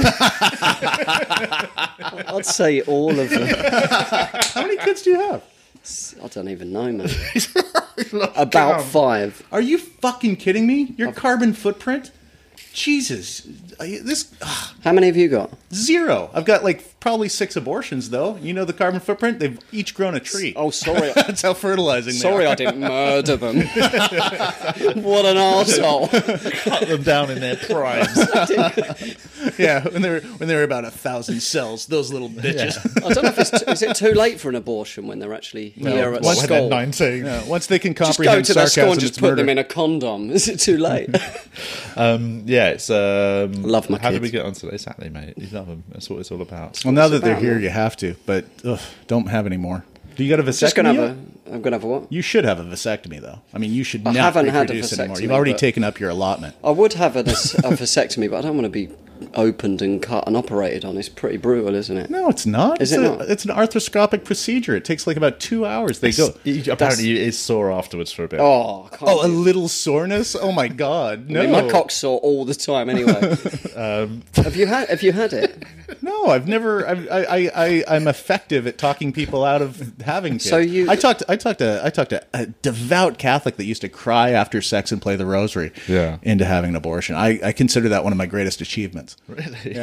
Speaker 4: say all of
Speaker 1: [laughs]
Speaker 4: them.
Speaker 3: how many kids do you have?
Speaker 4: I don't even know, mate. About five.
Speaker 3: Are you fucking kidding me? Your carbon footprint? Jesus, I, this ugh,
Speaker 4: How many have you got?
Speaker 3: zero. I've got like probably six abortions though. You know the carbon footprint? They've each grown a tree.
Speaker 4: Oh,
Speaker 1: [laughs]
Speaker 4: sorry.
Speaker 3: That's how fertilizing. They
Speaker 4: Sorry,
Speaker 3: are.
Speaker 4: I didn't murder them. what an asshole!
Speaker 1: cut them down in their primes
Speaker 3: [laughs] yeah. When they're when they're about a thousand cells, those little bitches.
Speaker 4: I don't know if it's t- is it too late for an abortion when they're actually here at
Speaker 1: Well, when they're
Speaker 4: school.
Speaker 1: 19
Speaker 3: Yeah, once they can
Speaker 4: Just go
Speaker 3: comprehend
Speaker 4: to their school
Speaker 3: sarcasm,
Speaker 4: and just
Speaker 3: it's
Speaker 4: put
Speaker 3: murder.
Speaker 4: them in a condom. Is it
Speaker 1: [laughs]
Speaker 4: too late?
Speaker 1: um, yeah it's um,
Speaker 4: love my
Speaker 1: how did
Speaker 4: kids.
Speaker 1: we get onto that exactly mate you love them that's what it's all about
Speaker 3: Well, now that they're
Speaker 4: about,
Speaker 3: here,
Speaker 4: man?
Speaker 3: you have to, but ugh, don't have any more. Do you got a vasectomy?
Speaker 4: just gonna
Speaker 3: yet?
Speaker 4: have a. I'm gonna have a what?
Speaker 3: You should have a vasectomy, though. I mean, you should
Speaker 4: I
Speaker 3: not
Speaker 4: haven't had a
Speaker 3: reproduce anymore.
Speaker 4: vasectomy,
Speaker 3: You've already
Speaker 4: but-
Speaker 3: taken up your allotment.
Speaker 4: I would have a, a vasectomy, but I don't want to be opened and cut and operated on is pretty brutal, isn't it?
Speaker 3: No, it's not.
Speaker 4: Is
Speaker 3: it's
Speaker 4: it
Speaker 3: a,
Speaker 4: not?
Speaker 3: It's an arthroscopic procedure. It takes like about two hours. They go.
Speaker 1: Apparently, it is sore afterwards for a bit.
Speaker 4: Oh, I can't
Speaker 3: Oh, a
Speaker 4: do it.
Speaker 3: little soreness. Oh my god. No, Um.
Speaker 4: I mean, my cock's sore all the
Speaker 3: [laughs]
Speaker 4: time anyway. have you had? Have you had it?
Speaker 3: No, I've never. I've, I, I, I, I'm effective at talking people out of having kids.
Speaker 4: So you-
Speaker 3: I talked. I talked to. I talked to a devout Catholic that used to cry after sex and play the rosary.
Speaker 1: Yeah.
Speaker 3: Into having an abortion. I, I consider that one of my greatest achievements.
Speaker 1: really?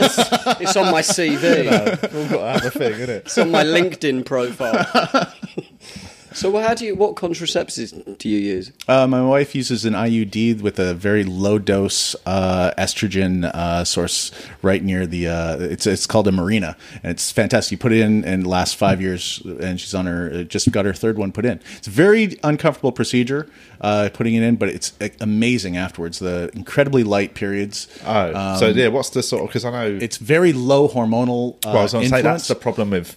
Speaker 4: It's on
Speaker 3: [laughs]
Speaker 4: my CV.
Speaker 1: We've got to have a thing, innit?
Speaker 4: It's on my LinkedIn
Speaker 3: [laughs]
Speaker 4: profile. so, how do you? What contraceptives do you use?
Speaker 3: Uh, my wife uses an IUD with a very low dose uh, estrogen uh, source right near the. Uh, it's it's called a Marina, and it's fantastic. You put it in, and it lasts five years, and she's on her uh, just got her third one put in. It's a very uncomfortable procedure uh, putting it in, but it's uh, amazing afterwards. The incredibly light periods.
Speaker 1: Oh, so yeah, what's the sort of. Because I know.
Speaker 3: Um, It's very low hormonal. Uh,
Speaker 1: well, I was going to say that's
Speaker 3: influence.
Speaker 1: the problem with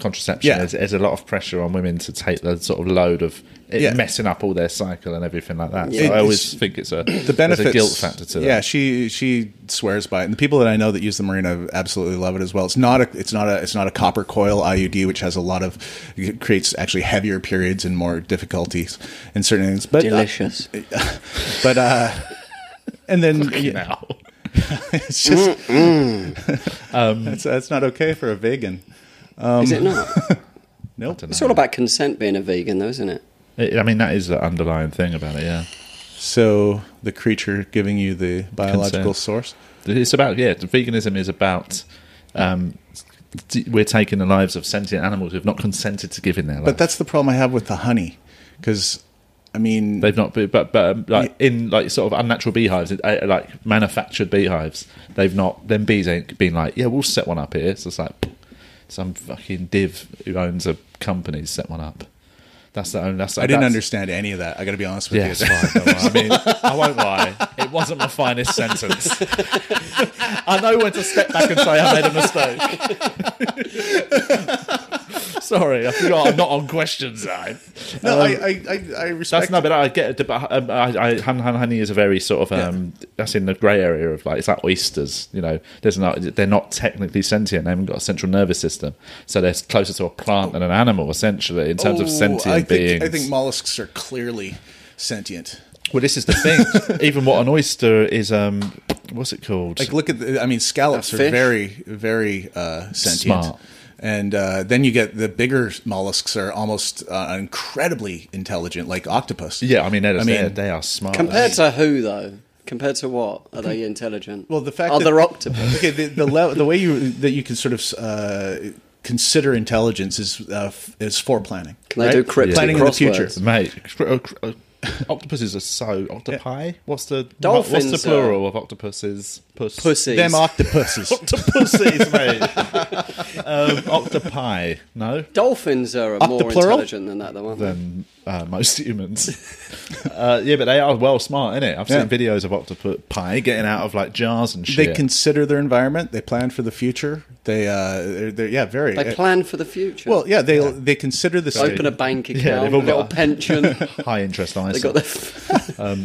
Speaker 1: contraception.
Speaker 3: Yeah.
Speaker 1: There's, there's a lot of pressure on women to take the sort of load of it
Speaker 3: Yeah.
Speaker 1: messing up all their cycle and everything like that.
Speaker 3: It-
Speaker 1: So I always
Speaker 3: it's-
Speaker 1: think it's a
Speaker 3: the benefits
Speaker 1: a guilt factor to that.
Speaker 3: Yeah, she she swears by it, and the people that I know that use the Marina absolutely love it as well. It's not a it's not a it's not a copper coil IUD, which has a lot of it creates actually heavier periods and more difficulties in certain things. But uh,
Speaker 4: Delicious.
Speaker 3: but uh, and then yeah, [laughs]
Speaker 1: Now.
Speaker 3: it's just [laughs]
Speaker 1: Um,
Speaker 3: that's, that's not okay for a vegan.
Speaker 4: is it not?
Speaker 3: Nope.
Speaker 4: It's all about consent being a vegan, though, isn't it?
Speaker 1: I mean, that is the underlying thing about it. Yeah,
Speaker 3: So the creature giving you the biological
Speaker 1: Consent.
Speaker 3: source.
Speaker 1: it's about yeah. Veganism is about um, t- we're taking the lives of sentient animals who've not consented to giving their life.
Speaker 3: But that's the problem I have with the honey, because I mean
Speaker 1: They've not, been, but but um, like in like sort of unnatural beehives, uh, like manufactured beehives, they've not. Them bees ain't been like, yeah, we'll set one up here. So it's like some fucking div who owns a company set one up. That's the only. That's
Speaker 3: I didn't
Speaker 1: that's-
Speaker 3: understand any of that. I got to be honest with
Speaker 1: Yeah,
Speaker 3: you.
Speaker 1: it's fine.
Speaker 3: [laughs]
Speaker 1: Don't worry. I mean, I won't lie. It wasn't my finest sentence. [laughs] I know when to step back and say I made a mistake. [laughs] Sorry, I forgot. I'm not on questions Um, time.
Speaker 3: No, I, I, I, I respect.
Speaker 1: That's no, but I get it. But um, I, I, ham, ham honey is a very sort of um, that's in the grey area of like it's like oysters. You know, there's not they're not technically sentient. They haven't got a central nervous system, so they're closer to a plant than an animal essentially in terms
Speaker 3: Oh,
Speaker 1: of sentient
Speaker 3: I think,
Speaker 1: beings.
Speaker 3: I think mollusks are clearly sentient.
Speaker 1: well, this is the
Speaker 3: [laughs]
Speaker 1: thing. Even what an oyster is, um, what's it called?
Speaker 3: Like, look at the. I mean, scallops
Speaker 4: A
Speaker 3: are
Speaker 4: fish?
Speaker 3: very, very uh, sentient.
Speaker 1: Smart.
Speaker 3: And uh, then you get the bigger mollusks are almost uh, incredibly intelligent, like octopus.
Speaker 1: yeah, I mean, they're,
Speaker 3: I
Speaker 1: they're-
Speaker 3: mean-
Speaker 1: they are smart.
Speaker 4: Compared to who, though? Compared to what? Are they intelligent?
Speaker 3: Well, the fact
Speaker 4: are
Speaker 3: that-
Speaker 4: there Oh, octopus?
Speaker 3: Okay, the the, le- the way you that you can sort of uh, consider intelligence is uh, f- is for planning.
Speaker 4: Can they do cryptic
Speaker 3: planning in the future?
Speaker 4: crosswords?
Speaker 1: mate, cr- uh, cr- uh, octopuses are so octopi. What's the
Speaker 4: Dolphins
Speaker 1: What's the
Speaker 4: are-
Speaker 1: plural of octopuses? Puss.
Speaker 4: Pussies.
Speaker 3: Them
Speaker 4: [laughs]
Speaker 3: octopuses.
Speaker 1: octopuses, mate. um, octopi, no.
Speaker 4: Dolphins are more
Speaker 3: Octoplural?
Speaker 4: intelligent than that, though, aren't they?
Speaker 1: Than uh, most humans. uh, yeah, but they are well smart, innit? I've
Speaker 3: Yeah.
Speaker 1: seen videos of octopi getting out of like jars and
Speaker 3: they
Speaker 1: shit.
Speaker 3: consider their environment. They plan for the future. They, uh, they're, they're yeah, very. uh,
Speaker 4: They plan for the future.
Speaker 3: well, yeah, they they consider the
Speaker 4: open a bank account,
Speaker 1: Yeah, they've
Speaker 4: a
Speaker 1: all
Speaker 4: little
Speaker 1: got a-
Speaker 3: [laughs]
Speaker 4: pension. they
Speaker 1: high interest eyes.
Speaker 4: got their.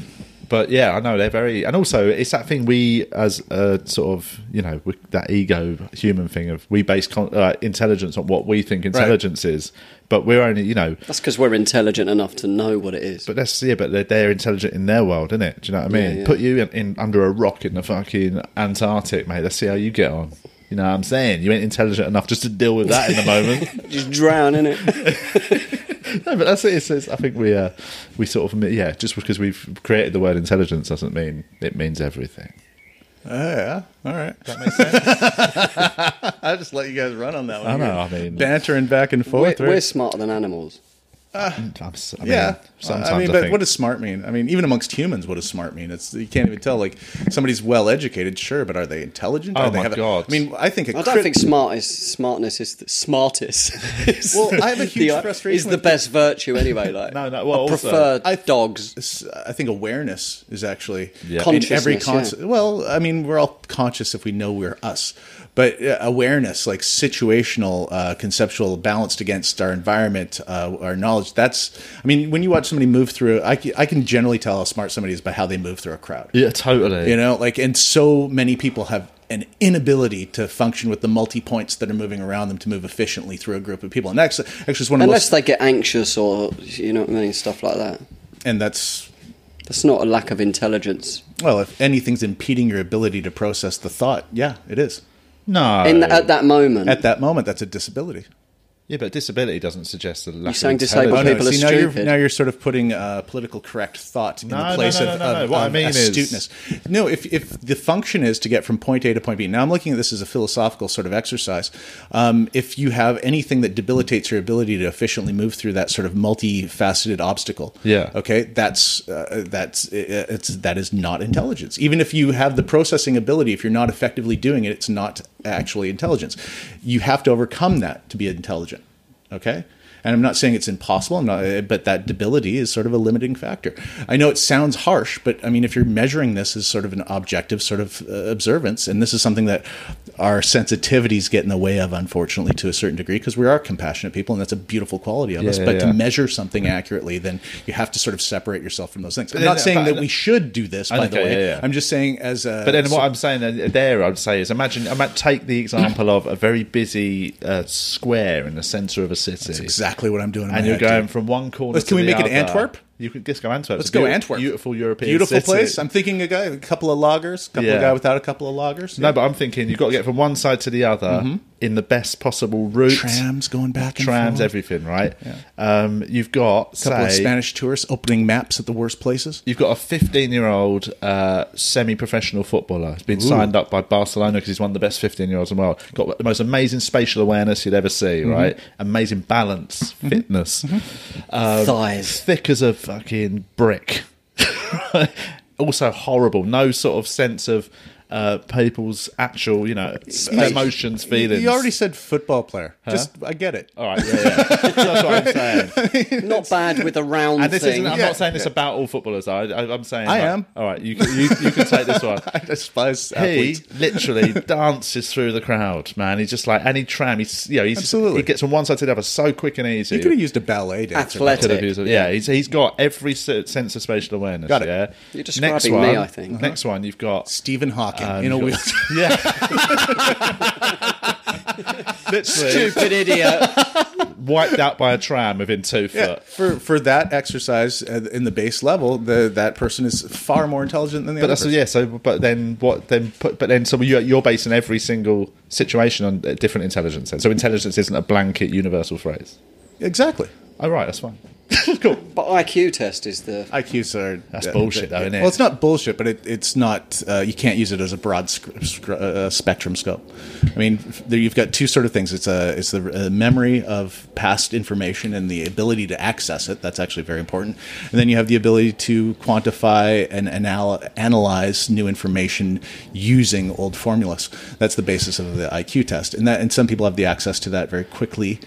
Speaker 1: but yeah, I know they're very, and also it's that thing we as a sort of you know we- that ego human thing of we base con- uh, intelligence on what we think intelligence is, but we're only you know,
Speaker 4: That's because we're intelligent enough to know what it is.
Speaker 1: but that's yeah, but they're, they're intelligent in their world, isn't it? Do you know what I mean?
Speaker 4: yeah.
Speaker 1: Put you in, in under a rock in the fucking Antarctic, mate. Let's see how you get on. You know what I'm saying? You ain't intelligent enough just to deal with that in the moment.
Speaker 4: [laughs] Just drown in
Speaker 3: [laughs]
Speaker 4: it.
Speaker 1: No, but that's it. It's, it's, I think we uh, we sort of yeah, just because we've created the word intelligence doesn't mean it means everything.
Speaker 3: Oh, yeah, all right. [laughs] I just let you guys run on that one.
Speaker 1: I know.
Speaker 3: You're
Speaker 1: I mean,
Speaker 3: bantering back and
Speaker 4: We're,
Speaker 3: forth. right?
Speaker 4: we're smarter than animals.
Speaker 1: Mm, I'm s- I mean,
Speaker 3: yeah.
Speaker 1: Sometimes
Speaker 3: I mean,
Speaker 1: I
Speaker 3: but
Speaker 1: think-
Speaker 3: what does smart mean? I mean, even amongst humans, what does smart mean? It's you can't even tell. Like somebody's well educated, sure, but are they intelligent?
Speaker 1: Oh
Speaker 3: Are they
Speaker 1: my
Speaker 3: have a-
Speaker 1: God.
Speaker 3: I mean, I think a
Speaker 4: I don't
Speaker 3: crit-
Speaker 4: think smart is smartness is the smartest. is
Speaker 3: Well, I have a huge
Speaker 4: [laughs] the, uh,
Speaker 3: frustration
Speaker 4: Is the
Speaker 3: with
Speaker 4: best virtue anyway? Like,
Speaker 1: No, no, well,
Speaker 4: I
Speaker 1: also-
Speaker 4: prefer
Speaker 3: I-
Speaker 4: dogs.
Speaker 3: s- I think awareness is actually
Speaker 1: Yeah.
Speaker 3: in every
Speaker 4: Consciousness,
Speaker 3: cons-
Speaker 4: yeah.
Speaker 3: Well, I mean, we're all conscious if we know we're us, but uh, awareness, like situational, uh, conceptual, balanced against our environment, uh, our knowledge knowledge. That's, I mean, when you watch somebody move through, I, c- I can generally tell how smart somebody is by how they move through a crowd.
Speaker 1: Yeah, totally.
Speaker 3: You know, like, and so many people have an inability to function with the multi points that are moving around them to move efficiently through a group of people. And that's actually it's one of the
Speaker 4: Unless
Speaker 3: most,
Speaker 4: they get anxious or you know what I mean, stuff like that.
Speaker 3: and that's,
Speaker 4: That's not a lack of intelligence.
Speaker 3: well, if anything's impeding your ability to process the thought, yeah, it is.
Speaker 1: No.
Speaker 4: In th- at that moment,
Speaker 3: At that moment, that's a disability.
Speaker 1: yeah, but disability doesn't suggest a lack
Speaker 4: You're saying
Speaker 1: of
Speaker 4: disabled
Speaker 1: intelligence.
Speaker 4: people are
Speaker 3: now you're,
Speaker 4: stupid.
Speaker 3: now you're sort of putting uh, political correct thought in
Speaker 1: No, no,
Speaker 3: the place
Speaker 1: no, no,
Speaker 3: of,
Speaker 1: no, no.
Speaker 3: of-
Speaker 1: What I
Speaker 3: of
Speaker 1: mean is-
Speaker 3: astuteness. No, if, if the function is to get from point A to point B, now I'm looking at this as a philosophical sort of exercise. Um, if you have anything that debilitates your ability to efficiently move through that sort of multifaceted obstacle,
Speaker 1: Yeah.
Speaker 3: okay, that's uh, that's uh, it's that is not intelligence. Even if you have the processing ability, if you're not effectively doing it, it's not actually intelligence. You have to overcome that to be intelligent okay and i'm not saying it's impossible I'm not, eh, but that debility is sort of a limiting factor i know it sounds harsh but i mean if you're measuring this as sort of an objective sort of uh, observance and this is something that our sensitivities get in the way of unfortunately to a certain degree because we are compassionate people and that's a beautiful quality of us
Speaker 1: yeah,
Speaker 3: but
Speaker 1: yeah.
Speaker 3: to measure something accurately then you have to sort of separate yourself from those things i'm
Speaker 1: then-
Speaker 3: not saying
Speaker 1: Hmm. but-
Speaker 3: that we should do this by the
Speaker 1: Okay,
Speaker 3: way
Speaker 1: yeah, yeah.
Speaker 3: i'm just saying as a
Speaker 1: But then what I'm saying then- there, I'd say is imagine, I might take the example of a very busy uh, square in the centre of a city.
Speaker 3: exactly what i'm doing in
Speaker 1: and
Speaker 3: my
Speaker 1: you're
Speaker 3: head, dude.
Speaker 1: going from one corner.
Speaker 3: Let's-
Speaker 1: to
Speaker 3: can we
Speaker 1: the
Speaker 3: make it
Speaker 1: other.
Speaker 3: Antwerp?
Speaker 1: You can just go Antwerp.
Speaker 3: Let's
Speaker 1: It's a
Speaker 3: go
Speaker 1: beau-
Speaker 3: Antwerp.
Speaker 1: Beautiful European,
Speaker 3: beautiful
Speaker 1: city.
Speaker 3: place. I'm thinking a guy, a couple of loggers, a couple
Speaker 1: Yeah.
Speaker 3: of guy without a couple of loggers.
Speaker 1: no, but I'm thinking you've got to get from one side to the other in the best possible route.
Speaker 3: Mm-hmm. trams going back and
Speaker 1: trams,
Speaker 3: forth.
Speaker 1: everything, right? Um, you've got
Speaker 3: A couple of
Speaker 1: say,
Speaker 3: Spanish tourists opening maps at the worst places.
Speaker 1: You've got a 15 year old uh, semi professional footballer who's been signed up by Barcelona because he's one of the best 15 year olds in the world. Got the most amazing spatial awareness you'd ever see,
Speaker 3: Mm-hmm.
Speaker 1: right? Amazing balance, fitness. Um,
Speaker 4: thighs.
Speaker 1: Thick as a fucking brick. [laughs] also horrible. No sort of sense of uh, people's actual, you know, emotions, feelings.
Speaker 3: You already said football player. Just I get it.
Speaker 1: All right, yeah, yeah. That's what I'm saying.
Speaker 4: Not bad with a round
Speaker 1: And this
Speaker 4: thing.
Speaker 1: isn't, I'm
Speaker 3: Yeah.
Speaker 1: not saying this about all footballers. I, I, I'm saying
Speaker 3: I
Speaker 1: like,
Speaker 3: am.
Speaker 1: All right, you, can- you, you can take this
Speaker 3: [laughs]
Speaker 1: one.
Speaker 3: [laughs] I despise
Speaker 1: he
Speaker 3: athletes. [laughs]
Speaker 1: literally dances through the crowd, man. He's just like any tram. He's you know he's
Speaker 3: Absolutely.
Speaker 1: he gets from one side to the other so quick and easy.
Speaker 3: You could have used a ballet dancer.
Speaker 4: Athletic.
Speaker 1: Could have used it. yeah, he's he's got every se- sense of spatial awareness.
Speaker 3: Got it.
Speaker 1: Yeah,
Speaker 4: You're describing me,
Speaker 1: one,
Speaker 4: I think. Uh-huh.
Speaker 1: Next one, you've
Speaker 3: [laughs]
Speaker 1: got
Speaker 3: Stephen Hawking
Speaker 1: um,
Speaker 3: in a
Speaker 1: you've
Speaker 3: wheel.
Speaker 1: got-
Speaker 3: [laughs]
Speaker 1: Yeah, literally [laughs]
Speaker 4: Stupid idiot.
Speaker 1: wiped out by a tram within two foot.
Speaker 3: For for that exercise uh, in the base level, the, that person is far more intelligent than the
Speaker 1: But
Speaker 3: other.
Speaker 1: that's
Speaker 3: person.
Speaker 1: yeah. So, but then what? Then put. But then, so you're, you're basing every single situation on a different intelligence. Then, so intelligence isn't a blanket universal phrase.
Speaker 3: Exactly.
Speaker 1: Oh, right, that's fine. cool.
Speaker 4: But IQ test is the
Speaker 3: IQs are
Speaker 1: That's bullshit, though, isn't it?
Speaker 3: Well, it's not bullshit, but it, it's not. Uh, you can't use it as a broad sc- sc- uh, spectrum scope. I mean, f- there, you've got two sort of things. It's a it's the uh, memory of past information and the ability to access it. That's actually very important. And then you have the ability to quantify and anal- analyze new information using old formulas. That's the basis of the IQ test, and that and some people have the access to that very quickly,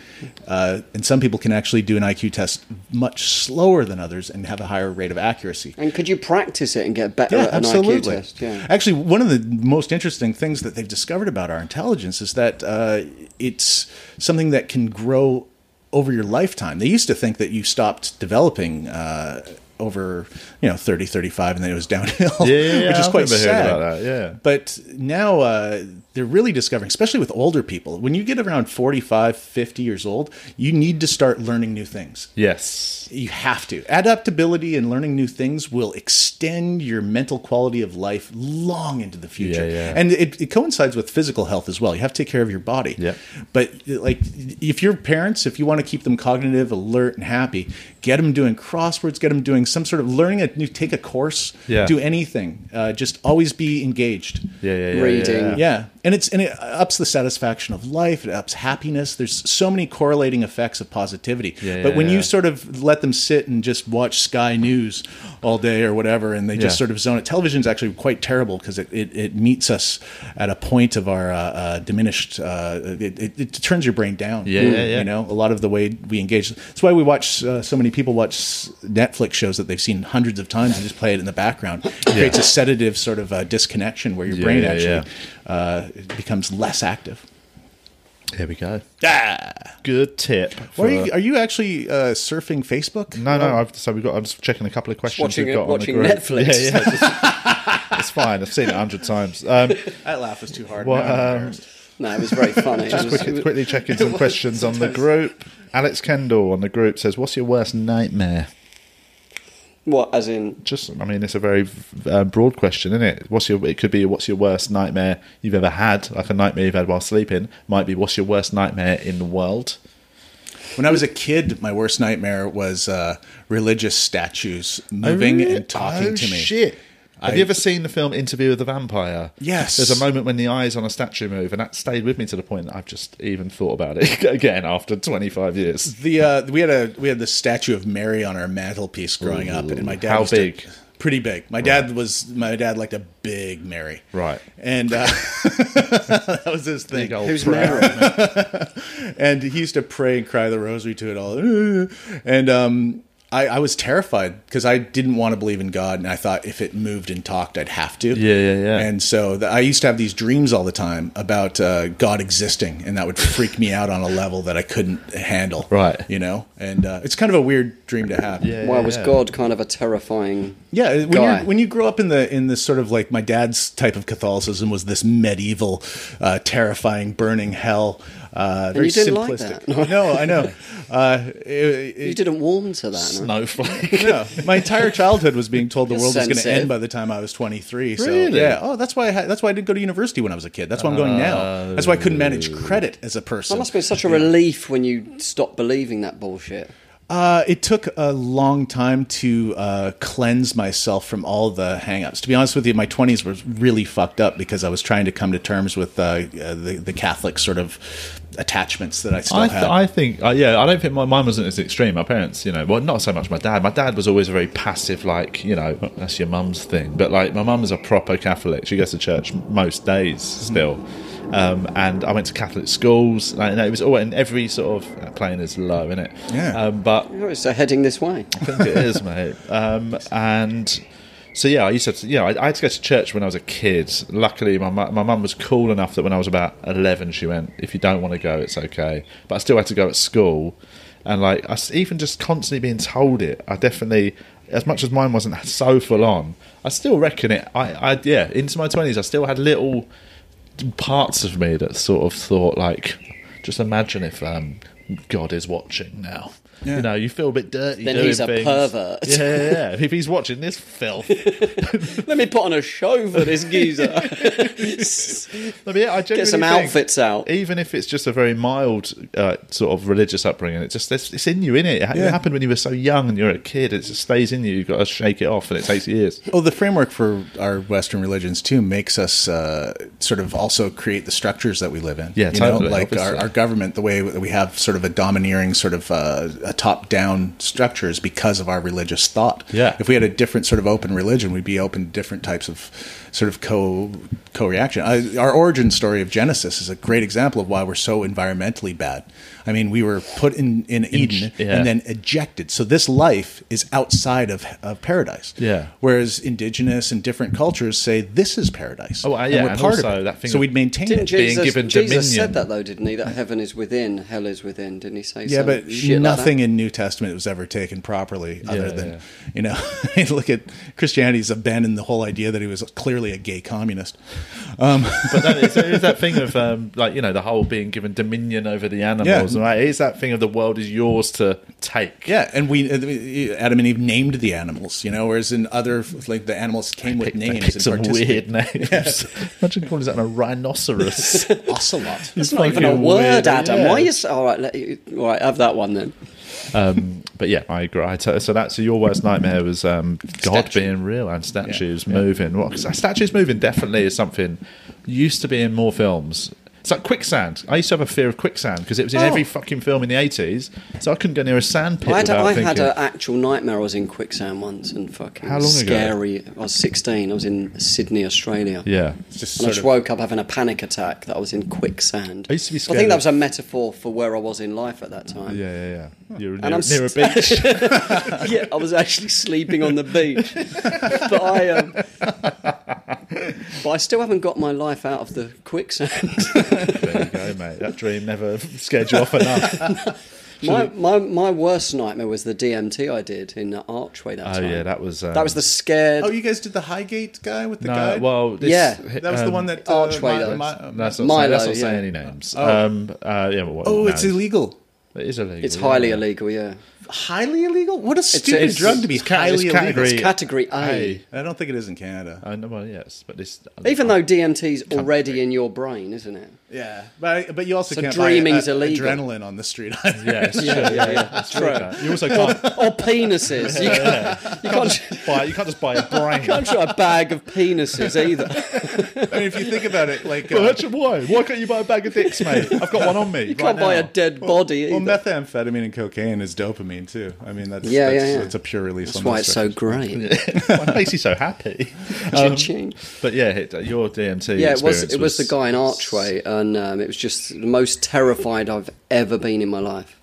Speaker 3: uh, and some people can actually do an IQ test much slower than others and have a higher rate of accuracy.
Speaker 4: And could you practice it and get better at an IQ test? Yeah.
Speaker 3: Actually, one of the most interesting things that they've discovered about our intelligence is that uh, it's something that can grow over your lifetime. They used to think that you stopped developing uh, over, you know, 30, 35, and then it was downhill,
Speaker 1: Yeah, yeah, yeah,
Speaker 3: which is
Speaker 1: I
Speaker 3: quite
Speaker 1: remember hearing
Speaker 3: sad.
Speaker 1: about that, yeah.
Speaker 3: But now uh, they're really discovering, especially with older people, when you get around 45, 50 years old, you need to start learning new things
Speaker 1: Yes.
Speaker 3: you have to adaptability and learning new things will extend your mental quality of life long into the future
Speaker 1: Yeah, yeah.
Speaker 3: and it, it coincides with physical health as well you have to take care of your body
Speaker 1: Yeah.
Speaker 3: but like if your parents if you want to keep them cognitive alert and happy get them doing crosswords get them doing some sort of learning a new take a course
Speaker 1: Yeah.
Speaker 3: do anything uh, just always be engaged
Speaker 1: Yeah, yeah, yeah.
Speaker 4: Reading.
Speaker 1: Yeah. yeah.
Speaker 3: yeah, and it's and it ups the satisfaction of life. It ups happiness. There's so many correlating effects of positivity.
Speaker 1: Yeah,
Speaker 3: but
Speaker 1: yeah,
Speaker 3: when
Speaker 1: yeah.
Speaker 3: you sort of let them sit and just watch Sky News all day or whatever, and they just
Speaker 1: Yeah.
Speaker 3: sort of zone it. Television's actually quite terrible because it, it, it meets us at a point of our uh, uh, diminished. Uh, it, it, it turns your brain down.
Speaker 1: Yeah, yeah, yeah.
Speaker 3: You know, a lot of the way we engage. That's why we watch uh, so many people watch Netflix shows that they've seen hundreds of times and just play it in the background. It creates a sedative sort of uh, disconnection where your
Speaker 1: Yeah,
Speaker 3: brain
Speaker 1: yeah,
Speaker 3: actually
Speaker 1: yeah.
Speaker 3: uh, it becomes less active.
Speaker 1: Here we go.
Speaker 3: Ah,
Speaker 1: Good tip.
Speaker 3: What
Speaker 1: for-
Speaker 3: are, you, are you actually uh, surfing Facebook?
Speaker 1: no, no. I've, so we've got. I'm just checking a couple of questions.
Speaker 4: watching
Speaker 1: we've got
Speaker 4: watching
Speaker 1: on the group.
Speaker 4: Netflix.
Speaker 1: Yeah, yeah.
Speaker 4: [laughs]
Speaker 1: it's- it's fine. I've seen it a hundred times. Um,
Speaker 3: That laugh was too hard.
Speaker 1: Well,
Speaker 3: Now I'm
Speaker 1: um,
Speaker 3: embarrassed.
Speaker 4: No, it was very funny. It was-
Speaker 1: quickly, quickly checking some questions on the group. Alex Kendall on the group says, "What's your worst nightmare?"
Speaker 4: what, as in?
Speaker 1: Just, I mean, it's a very um, broad question, isn't it? What's your? It could be what's your worst nightmare you've ever had, like a nightmare you've had while sleeping. Might be what's your worst nightmare in the world.
Speaker 3: When I was a kid, my worst nightmare was uh, religious statues moving and talking
Speaker 1: Oh,
Speaker 3: to me.
Speaker 1: Shit. Have
Speaker 3: I-
Speaker 1: you ever seen the film Interview with the Vampire?
Speaker 3: Yes.
Speaker 1: There's a moment when the eyes on a statue move, and that stayed with me to the point that I've just even thought about it [laughs] again after 25 years.
Speaker 3: The uh, we had a we had the statue of Mary on our mantelpiece growing up, and my dad
Speaker 1: How
Speaker 3: was to-
Speaker 1: big?
Speaker 3: pretty big. My dad was my dad liked a big Mary,
Speaker 1: Right.
Speaker 3: And uh, [laughs] that was his thing.
Speaker 1: Big old
Speaker 4: Who's
Speaker 1: prat.
Speaker 4: Mary?
Speaker 3: and he used to pray and cry the rosary to it all. [laughs] And um, I, I was terrified because I didn't want to believe in God, and I thought if it moved and talked, I'd have to.
Speaker 1: Yeah, yeah, yeah.
Speaker 3: And so th- I used to have these dreams all the time about uh, God existing, and that would freak me out on a level that I couldn't handle.
Speaker 1: Right.
Speaker 3: You know, and uh, it's kind of a weird dream to have.
Speaker 1: Yeah,
Speaker 4: [laughs] Why was
Speaker 1: yeah.
Speaker 4: God kind of a terrifying?
Speaker 3: Yeah, when,
Speaker 4: guy.
Speaker 3: you're, when you grow up in the in this sort of like my dad's type of Catholicism was this medieval, uh, terrifying, burning hell. Uh, very
Speaker 4: you didn't like
Speaker 3: simplistic.
Speaker 4: that.
Speaker 3: [laughs] no, I know. Uh, it- it-
Speaker 4: You didn't warm to that. No?
Speaker 1: Snowflake.
Speaker 3: no, [laughs] my entire childhood was being told the world was going to
Speaker 4: sensitive.
Speaker 3: end by the time I was 23. So
Speaker 1: Really?
Speaker 3: yeah, oh, that's why I had, that's why I didn't go to university when I was a kid. That's why I'm going now. That's why I couldn't manage credit as a person.
Speaker 4: That must have been such a relief when you stopped believing that bullshit.
Speaker 3: Uh, it took a long time to uh, cleanse myself from all the hangups. To be honest with you, my 20s was really fucked up because I was trying to come to terms with uh, uh, the, the Catholic sort of attachments that I still
Speaker 1: I,
Speaker 3: had.
Speaker 1: th- I think, uh, yeah, I don't think my mine wasn't as extreme. My parents, you know, well, not so much my dad. My dad was always a very passive, like, you know, that's your mum's thing. But like, my mum is a proper Catholic. She goes to church most
Speaker 3: Mm.
Speaker 1: days still. Um, and I went to Catholic schools, and it was all in every sort of uh, playing is low, isn't it?
Speaker 3: Yeah.
Speaker 1: Um, but
Speaker 4: Oh, it's uh, heading
Speaker 1: [laughs]
Speaker 4: this way.
Speaker 1: I think it is, mate. Um, and so yeah, I used to, have to yeah, I, I had to go to church when I was a kid. Luckily, my mu- my mum was cool enough that when I was about eleven, she went, "If you don't want to go, it's okay." But I still had to go at school, and like I s even just constantly being told it, I definitely. As much as mine wasn't [laughs] so full on, I still reckon it. I, I yeah, into my twenties, I still had little parts of me that sort of thought like, just imagine if um, God is watching now.
Speaker 3: Yeah.
Speaker 1: You know, you feel a bit dirty.
Speaker 4: Then
Speaker 1: doing
Speaker 4: he's a
Speaker 1: things.
Speaker 4: pervert.
Speaker 1: Yeah, yeah, yeah.
Speaker 4: [laughs]
Speaker 1: if he's watching this filth, I
Speaker 4: Let me put on a show for this
Speaker 1: [laughs]
Speaker 4: geezer.
Speaker 1: mean, I genuinely
Speaker 4: Get some
Speaker 1: think,
Speaker 4: outfits out.
Speaker 1: Even if it's just a very mild uh, sort of religious upbringing, it just it's, it's in you, in it. It
Speaker 3: Yeah.
Speaker 1: happened when you were so young and you're a kid. It just stays in you. You've got to shake it off, and it takes
Speaker 3: [laughs]
Speaker 1: years.
Speaker 3: Oh, the framework for our Western religions too makes us uh, sort of also create the structures that we live in.
Speaker 1: Yeah,
Speaker 3: you
Speaker 1: totally,
Speaker 3: know, like our,
Speaker 1: obviously.
Speaker 3: our government, the way that we have sort of a domineering, sort of uh, a top-down structure is because of our religious thought.
Speaker 1: Yeah.
Speaker 3: if we had a different sort of open religion, we'd be open to different types of sort of co co-reaction. I, our origin story of Genesis is a great example of why we're so environmentally bad. I mean, we were put in in Eden
Speaker 1: yeah.
Speaker 3: and then ejected. So this life is outside of, of paradise.
Speaker 1: Yeah.
Speaker 3: Whereas indigenous and different cultures say this is paradise.
Speaker 1: Oh, uh,
Speaker 3: And
Speaker 1: yeah,
Speaker 3: we're
Speaker 1: and
Speaker 3: part
Speaker 1: also
Speaker 3: of it.
Speaker 1: that thing
Speaker 3: So
Speaker 1: of-
Speaker 3: we'd maintain
Speaker 4: Didn't
Speaker 3: it.
Speaker 1: being
Speaker 4: Jesus,
Speaker 1: given
Speaker 4: Jesus
Speaker 1: dominion.
Speaker 4: said that though, didn't he? That heaven is within, hell is within. Didn't he say?
Speaker 3: yeah,
Speaker 4: some
Speaker 3: but
Speaker 4: shit like
Speaker 3: nothing
Speaker 4: that?
Speaker 3: in New Testament was ever taken properly, other
Speaker 1: Yeah,
Speaker 3: than
Speaker 1: yeah.
Speaker 3: you know, [laughs] look at Christianity's abandoned the whole idea that he was clearly a gay communist.
Speaker 1: But that is, it is that thing of um, like you know the whole being given dominion over the animals,
Speaker 3: Yeah.
Speaker 1: right? It is that thing of the world is yours to take.
Speaker 3: Yeah, and we Adam and Eve named the animals, you know, whereas in other like the animals came with
Speaker 1: Pick-
Speaker 3: names
Speaker 1: pick
Speaker 3: and
Speaker 1: some
Speaker 3: participated.
Speaker 1: weird names. [laughs] Imagine calling that a
Speaker 4: [laughs]
Speaker 1: rhinoceros.
Speaker 3: Ocelot.
Speaker 4: It's not even a
Speaker 1: fucking
Speaker 4: word,
Speaker 1: weird,
Speaker 4: Adam.
Speaker 1: yeah.
Speaker 4: Why is all right? Let you, all right, have that one then.
Speaker 1: um, but yeah, I agree. I t- so that's so your worst nightmare was um, God
Speaker 3: Statue.
Speaker 1: being real and statues moving. Well, 'cause statues moving definitely is something used to be in more films. It's like quicksand. I used to have a fear of quicksand because it was in every fucking film in the eighties, so I couldn't go near a sand pit
Speaker 4: Oh. I had,
Speaker 1: without
Speaker 4: I
Speaker 1: thinking.
Speaker 4: had an actual nightmare. I was in quicksand once and fucking
Speaker 1: How long ago?
Speaker 4: scary. I was 16. I was in Sydney, Australia.
Speaker 1: yeah,
Speaker 3: Just sort
Speaker 4: And I just
Speaker 3: of-
Speaker 4: woke up having a panic attack that I was in quicksand.
Speaker 1: I used to be
Speaker 4: I think
Speaker 1: scared
Speaker 4: that
Speaker 1: of-
Speaker 4: was a metaphor for where I was in life at that time.
Speaker 1: yeah, yeah, yeah. You're near,
Speaker 4: I'm
Speaker 1: near a
Speaker 4: st- [laughs]
Speaker 1: beach.
Speaker 3: [laughs]
Speaker 4: Yeah, I was actually sleeping on the beach. but I, um, But I still haven't got my life out of the quicksand.
Speaker 3: [laughs]
Speaker 1: There you go, mate. That dream never scared you off
Speaker 4: [laughs]
Speaker 1: enough.
Speaker 4: my, my, my worst nightmare was the DMT I did in the archway that
Speaker 1: Oh
Speaker 4: time.
Speaker 1: yeah, that was um,
Speaker 4: That was the scared.
Speaker 3: Oh, you guys did the Highgate guy with the
Speaker 1: no.
Speaker 3: guy.
Speaker 1: Well, this,
Speaker 4: Yeah.
Speaker 3: that was the
Speaker 1: um,
Speaker 3: one that uh,
Speaker 4: Archway,
Speaker 3: my-
Speaker 4: though.
Speaker 3: my-
Speaker 1: That's not,
Speaker 4: Milo,
Speaker 1: saying, that's not
Speaker 4: yeah.
Speaker 1: saying any names.
Speaker 3: Oh.
Speaker 1: Um, uh, yeah, but what,
Speaker 3: oh,
Speaker 1: no,
Speaker 3: it's illegal.
Speaker 1: It is illegal.
Speaker 4: it's highly
Speaker 1: yeah.
Speaker 4: illegal, yeah.
Speaker 3: Highly illegal. What a stupid
Speaker 4: it's-
Speaker 3: drug to be
Speaker 1: it's ca- it's
Speaker 3: highly illegal.
Speaker 1: category-
Speaker 4: Category A.
Speaker 1: Hey.
Speaker 3: I don't think it is in Canada.
Speaker 1: I know, well, yes, but this uh,
Speaker 4: Even though DMT's already in your brain, isn't it?
Speaker 3: Yeah, but but you also
Speaker 4: So
Speaker 3: can't buy
Speaker 4: dreaming's
Speaker 3: uh,
Speaker 4: illegal.
Speaker 3: adrenaline on the street. [laughs]
Speaker 1: [laughs]
Speaker 3: either.
Speaker 1: yeah, it's true.
Speaker 4: [laughs] yeah, yeah.
Speaker 1: It's
Speaker 4: True.
Speaker 1: true. You
Speaker 4: [laughs]
Speaker 1: also can't
Speaker 4: Or penises.
Speaker 1: [laughs]
Speaker 4: You can't, you can't, [laughs]
Speaker 1: buy. You can't just buy a brain.
Speaker 4: can't try a bag of penises either.
Speaker 3: I mean, if you think about it, like
Speaker 1: Well,
Speaker 3: uh,
Speaker 1: that's why. Why can't you buy a bag of dicks, mate? I've got one on
Speaker 4: [laughs]
Speaker 1: me.
Speaker 4: You can't buy a dead body
Speaker 3: well,
Speaker 4: either.
Speaker 3: methamphetamine and cocaine is dopamine too. I mean, that's
Speaker 4: Yeah,
Speaker 3: that's,
Speaker 4: yeah, yeah.
Speaker 3: that's a pure release.
Speaker 4: That's
Speaker 3: on
Speaker 4: why it's
Speaker 1: [laughs]
Speaker 4: so great.
Speaker 1: it makes you so happy. Um,
Speaker 4: Cha-ching.
Speaker 1: but yeah, it- uh, your DMT.
Speaker 4: Yeah, it was.
Speaker 1: experience
Speaker 4: It was the guy in Archway, and um, it was just the most terrified I've ever been in my life.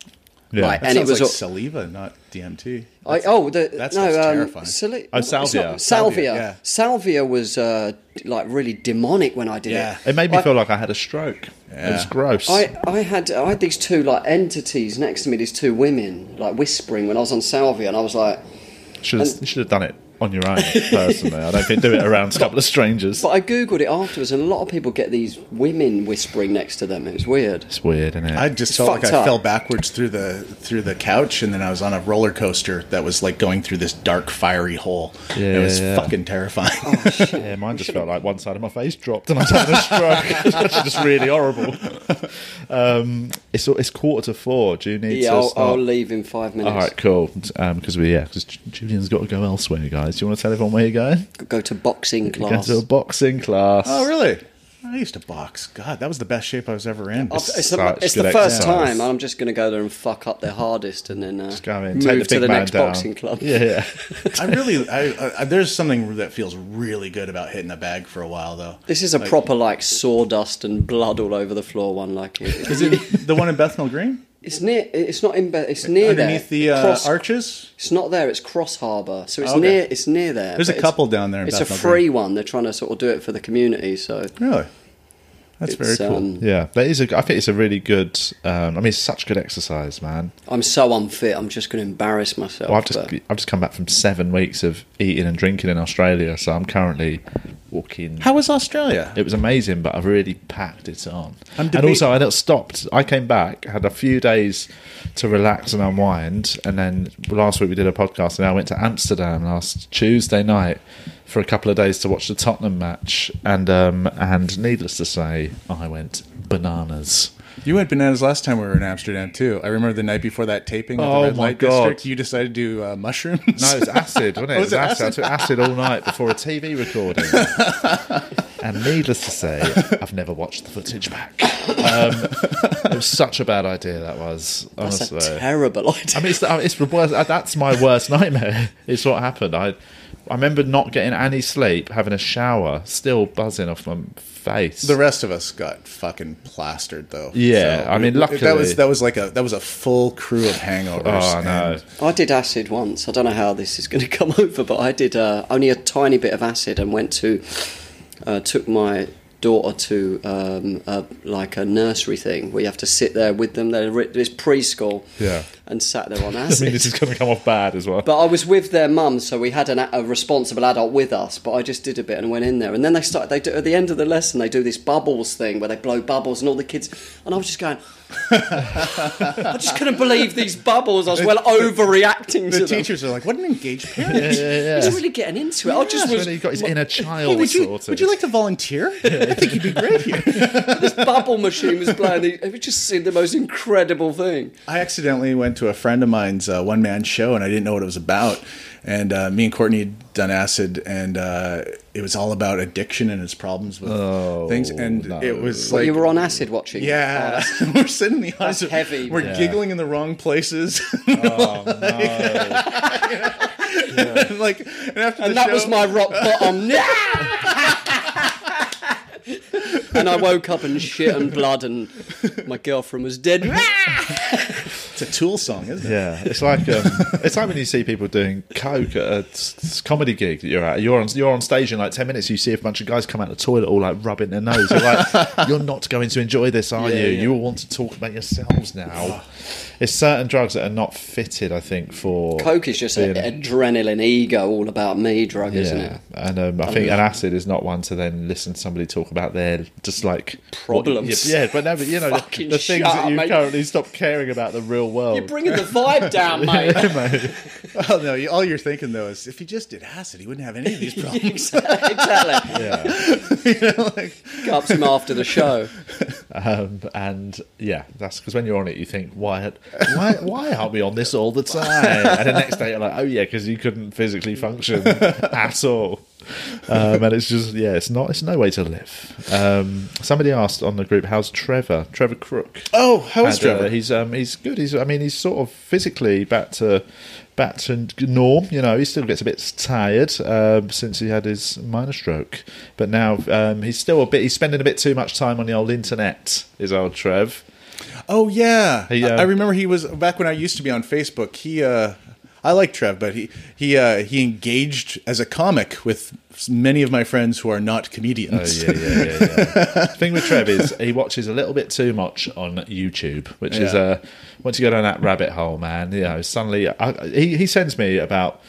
Speaker 1: Yeah.
Speaker 4: Like,
Speaker 1: That
Speaker 4: and it was.
Speaker 3: like
Speaker 4: a-
Speaker 3: saliva, not DMT.
Speaker 4: I, oh, the,
Speaker 3: that's
Speaker 4: no,
Speaker 3: what's
Speaker 4: um,
Speaker 3: terrifying.
Speaker 4: sali-
Speaker 1: Oh,
Speaker 4: it's not-
Speaker 1: salvia.
Speaker 4: salvia.
Speaker 3: Salvia,
Speaker 4: Salvia.
Speaker 3: yeah.
Speaker 4: was uh, d- like really demonic when I did
Speaker 3: Yeah.
Speaker 4: it.
Speaker 1: It made me
Speaker 4: I-
Speaker 1: feel like I had a stroke. It was gross.
Speaker 4: I, I had I had these two like entities next to me, these two women like whispering when I was on salvia, and I was like,
Speaker 1: should have, should have done it on your own, personally. I don't think do it around a couple of strangers.
Speaker 4: but I googled it afterwards, and a lot of people get these women whispering next to them. It was weird.
Speaker 1: It's weird, isn't it?
Speaker 3: I just
Speaker 4: It's
Speaker 3: felt like
Speaker 4: fucked
Speaker 3: I
Speaker 4: up.
Speaker 3: fell backwards through the through the couch, and then I was on a roller coaster that was like going through this dark, fiery hole.
Speaker 1: Yeah,
Speaker 3: it was
Speaker 1: yeah.
Speaker 3: fucking terrifying.
Speaker 4: Oh,
Speaker 1: yeah, mine just felt like one side of my face dropped and I was having a stroke. [laughs] it's actually just really horrible. Um, it's it's quarter to four. Do you need
Speaker 4: Yeah,
Speaker 1: to
Speaker 4: I'll,
Speaker 1: start?
Speaker 4: I'll leave in five minutes.
Speaker 1: All right, cool. Because we yeah, because Julian's got to go elsewhere, guys. Do you want to tell everyone where you're going?
Speaker 4: Go to boxing
Speaker 1: You're going
Speaker 4: class.
Speaker 1: to a boxing class.
Speaker 3: [laughs] oh, really? I used to box. God, that was the best shape I was ever in.
Speaker 4: It's, it's the,
Speaker 1: Such
Speaker 4: it's the
Speaker 1: good
Speaker 4: first
Speaker 1: exercise.
Speaker 4: time, and I'm just going to go there and fuck up their hardest, and then uh,
Speaker 1: Go in,
Speaker 4: move
Speaker 1: take the
Speaker 4: to
Speaker 1: big
Speaker 4: the
Speaker 1: man
Speaker 4: next
Speaker 1: down.
Speaker 4: boxing club.
Speaker 1: Yeah, yeah.
Speaker 3: I really, I, I, there's something that feels really good about hitting the bag for a while, though.
Speaker 4: [laughs] This is a proper like sawdust and blood all over the floor one. Like it,
Speaker 3: Is
Speaker 4: [laughs]
Speaker 3: it the one in Bethnal Green?
Speaker 4: it's near. It's not in. Be- It's near
Speaker 3: Underneath
Speaker 4: there.
Speaker 3: the uh,
Speaker 4: Cross-
Speaker 3: arches?
Speaker 4: It's not there. It's Cross Harbour, so it's
Speaker 3: Okay.
Speaker 4: near. It's near there.
Speaker 3: There's a
Speaker 4: but it's-
Speaker 3: couple down there in
Speaker 4: It's a
Speaker 3: Bethnal
Speaker 4: free
Speaker 3: Green.
Speaker 4: one. They're trying to sort of do it for the community. So
Speaker 3: Really? That's very
Speaker 4: it's,
Speaker 3: cool.
Speaker 4: um,
Speaker 1: Yeah, that is a. I think it's a really good. Um, I mean, it's such good exercise, man.
Speaker 4: I'm so unfit. I'm just going to embarrass myself.
Speaker 1: Well, I've just
Speaker 4: but-
Speaker 1: I've just come back from seven weeks of eating and drinking in Australia, so I'm currently walking.
Speaker 3: How was Australia?
Speaker 1: It was amazing, but I've really packed it on.
Speaker 3: I'm
Speaker 1: and
Speaker 3: debate-
Speaker 1: also, I not stopped. I came back, had a few days to relax and unwind, and then last week we did a podcast, and I went to Amsterdam last Tuesday night for a couple of days to watch the Tottenham match, and um, and needless to say, I went bananas.
Speaker 3: You went bananas last time we were in Amsterdam too. I remember the night before that taping. At
Speaker 1: Oh,
Speaker 3: the Red
Speaker 1: my
Speaker 3: Light
Speaker 1: God.
Speaker 3: District, you decided to do uh, mushrooms.
Speaker 1: No, it was acid, wasn't it?
Speaker 3: [laughs] Was
Speaker 1: it
Speaker 3: it
Speaker 1: was acid. I took acid all night before a TV
Speaker 3: [laughs]
Speaker 1: recording. and needless to say, I've never watched the footage back. Um, it was such a bad idea that was.
Speaker 4: that's
Speaker 1: Honestly,
Speaker 4: a terrible [laughs] idea.
Speaker 1: I mean, it's, it's the worst. uh, That's my worst nightmare. [laughs] It's what happened. I I remember not getting any sleep, having a shower, still buzzing off my face.
Speaker 3: the rest of us got fucking plastered though.
Speaker 1: Yeah, I mean,
Speaker 3: that
Speaker 1: luckily-
Speaker 3: was that was like a that was a full crew of hangovers.
Speaker 1: Oh, I know.
Speaker 3: and-
Speaker 4: I did acid once. I don't know how this is going to [laughs] come over, but I did uh, only a tiny bit of acid and went to uh, took my daughter to um, a, like a nursery thing where you have to sit there with them. They're ri- it's preschool,
Speaker 1: Yeah.
Speaker 4: and sat there
Speaker 1: [laughs]
Speaker 4: on
Speaker 1: I
Speaker 4: acid.
Speaker 1: mean, this is going to come off bad as well.
Speaker 4: But I was with their mum, so we had an, a responsible adult with us. But I just did a bit and went in there, and then they started. They do, at the end of the lesson, they do this bubbles thing where they blow bubbles, and all the kids. And I was just going, [laughs] I just couldn't believe these bubbles. I
Speaker 1: [laughs]
Speaker 4: was well overreacting to
Speaker 3: The
Speaker 4: them.
Speaker 3: teachers are like, "What an engaged parent."
Speaker 1: yeah, yeah,
Speaker 4: He's
Speaker 1: yeah.
Speaker 4: really getting into it. I just
Speaker 1: That's
Speaker 4: was
Speaker 1: when he got his inner child
Speaker 3: [laughs] Hey, would you
Speaker 1: sorted.
Speaker 3: would you like
Speaker 1: [laughs]
Speaker 3: to volunteer? I think you'd be great here.
Speaker 4: this bubble machine was blowing. The, it was just seemed the most incredible thing.
Speaker 3: I accidentally went to a friend of mine's uh, one man show and I didn't know what it was about. And uh, me and Courtney had done acid, and uh, it was all about addiction and its problems with things. And
Speaker 1: Oh, no.
Speaker 3: it was
Speaker 4: But
Speaker 3: like
Speaker 4: you were on acid watching. Oh,
Speaker 3: Yeah,
Speaker 4: that's-
Speaker 3: [laughs] we're sitting in the audience.
Speaker 4: heavy.
Speaker 3: We're
Speaker 4: Yeah.
Speaker 3: giggling in the wrong places. [laughs]
Speaker 1: Oh,
Speaker 3: like, and after the
Speaker 4: and that
Speaker 3: show,
Speaker 4: was my rock
Speaker 3: [laughs]
Speaker 4: bottom. [laughs] and I woke up and shit and blood, and my girlfriend was dead.
Speaker 3: It's a Tool song, isn't it?
Speaker 1: Yeah, it's like
Speaker 4: [laughs]
Speaker 1: um, it's like when you see people doing coke at a s- s- comedy gig that you're at. You're on you're on stage in like ten minutes. You see a bunch of guys come out the toilet all like rubbing their nose. You're
Speaker 4: [laughs]
Speaker 1: like, you're not going to enjoy this, are
Speaker 3: Yeah,
Speaker 1: you?
Speaker 3: yeah.
Speaker 1: You all want to talk about yourselves now. it's certain drugs that are not fitted, I think, for
Speaker 4: Coke is just
Speaker 1: being-
Speaker 4: an adrenaline, ego, all about me drug, isn't it?
Speaker 1: and um, I think an acid is not one to then listen to somebody talk about their just like
Speaker 4: Problems.
Speaker 1: yeah, but no, but you know the,
Speaker 4: Fucking
Speaker 1: the things
Speaker 4: shut
Speaker 1: that
Speaker 4: up,
Speaker 1: you
Speaker 4: mate.
Speaker 1: currently stop caring about the real world.
Speaker 4: You're bringing the vibe
Speaker 3: [laughs]
Speaker 4: down, mate. [laughs]
Speaker 3: Well, Oh, no, you- all you're thinking though is if he just did acid, he wouldn't have any of
Speaker 4: [laughs]
Speaker 3: these problems.
Speaker 4: exactly. exactly.
Speaker 3: [laughs]
Speaker 4: Cups him after the show.
Speaker 1: Um, and yeah, that's because when you're on it, you think, why, why, why aren't we on this all the time? And the next day, you're like, oh yeah, because you couldn't physically function at all. Um, and it's just, yeah, it's not, it's no way to live. Um, somebody asked on the group, how's Trevor? Trevor Crook.
Speaker 3: oh, how is
Speaker 1: And, uh,
Speaker 3: Trevor?
Speaker 1: he's um, he's good. He's I mean he's sort of physically back to back to norm. You know he still gets a bit tired um, since he had his minor stroke, but now um, he's still a bit. He's spending a bit too much time on the old internet. Is old Trev?
Speaker 3: Oh yeah,
Speaker 1: He, uh,
Speaker 3: I I remember he was back when I used to be on Facebook. He, uh, I like Trev, but he he uh, he engaged as a comic with many of my friends who are not comedians.
Speaker 1: Oh, Uh, yeah, yeah, yeah. thing with Trev is he watches a little bit too much on YouTube, which is
Speaker 3: Yeah.
Speaker 1: uh, once you go down that rabbit hole, man. You know, suddenly I, he he sends me about.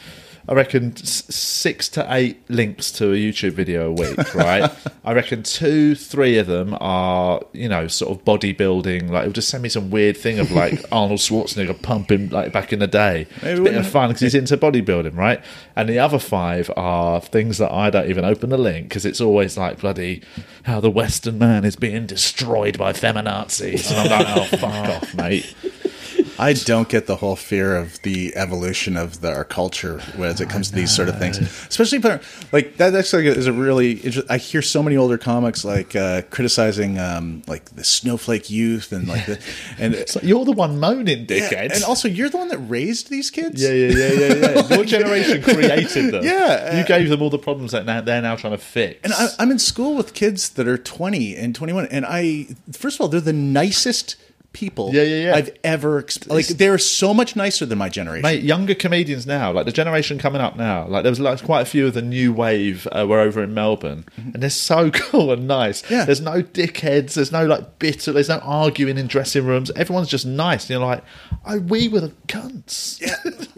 Speaker 1: I reckon s- six to eight links to a YouTube video a week, right? I reckon two, three of them are, you know, sort of bodybuilding. Like, he'll just send me some weird thing of like Arnold Schwarzenegger pumping, like back in the day.
Speaker 3: Maybe
Speaker 1: it's a bit of
Speaker 3: wouldn't-
Speaker 1: fun because he's into bodybuilding, right? And the other five are things that I don't even open the link because it's always like bloody how the Western man is being destroyed by feminazis, and I'm like, oh [laughs] fuck off, mate.
Speaker 3: [laughs] I don't get the whole fear of the evolution of the, our culture as it comes to these sort of
Speaker 1: Uh,
Speaker 3: things, especially for- like that. Actually, is a really. inter- I hear so many older comics like uh, criticizing um, like the snowflake youth and like the
Speaker 1: [laughs]
Speaker 3: and.
Speaker 1: It's like, you're the one moaning, dickhead.
Speaker 3: Yeah, and also, you're the one that raised these kids.
Speaker 1: yeah, yeah, yeah, yeah, [laughs] yeah. Your generation created them.
Speaker 3: Yeah, uh,
Speaker 1: you gave them all the problems that now, they're now trying to fix.
Speaker 3: And I, I'm in school with kids that are 20 and 21, and I first of all, they're the nicest people
Speaker 1: Yeah, yeah, yeah.
Speaker 3: I've ever exp- like. They're so much nicer than my generation.
Speaker 1: Mate, younger comedians now, like the generation coming up now, like there was like quite a few of the new wave uh, were over in Melbourne, and they're so [laughs] cool and nice.
Speaker 3: Mm-hmm. Yeah.
Speaker 1: There's no dickheads, there's no like bitter, there's no arguing in dressing rooms. Everyone's just nice, and you're like, oh, we were the cunts. Yeah,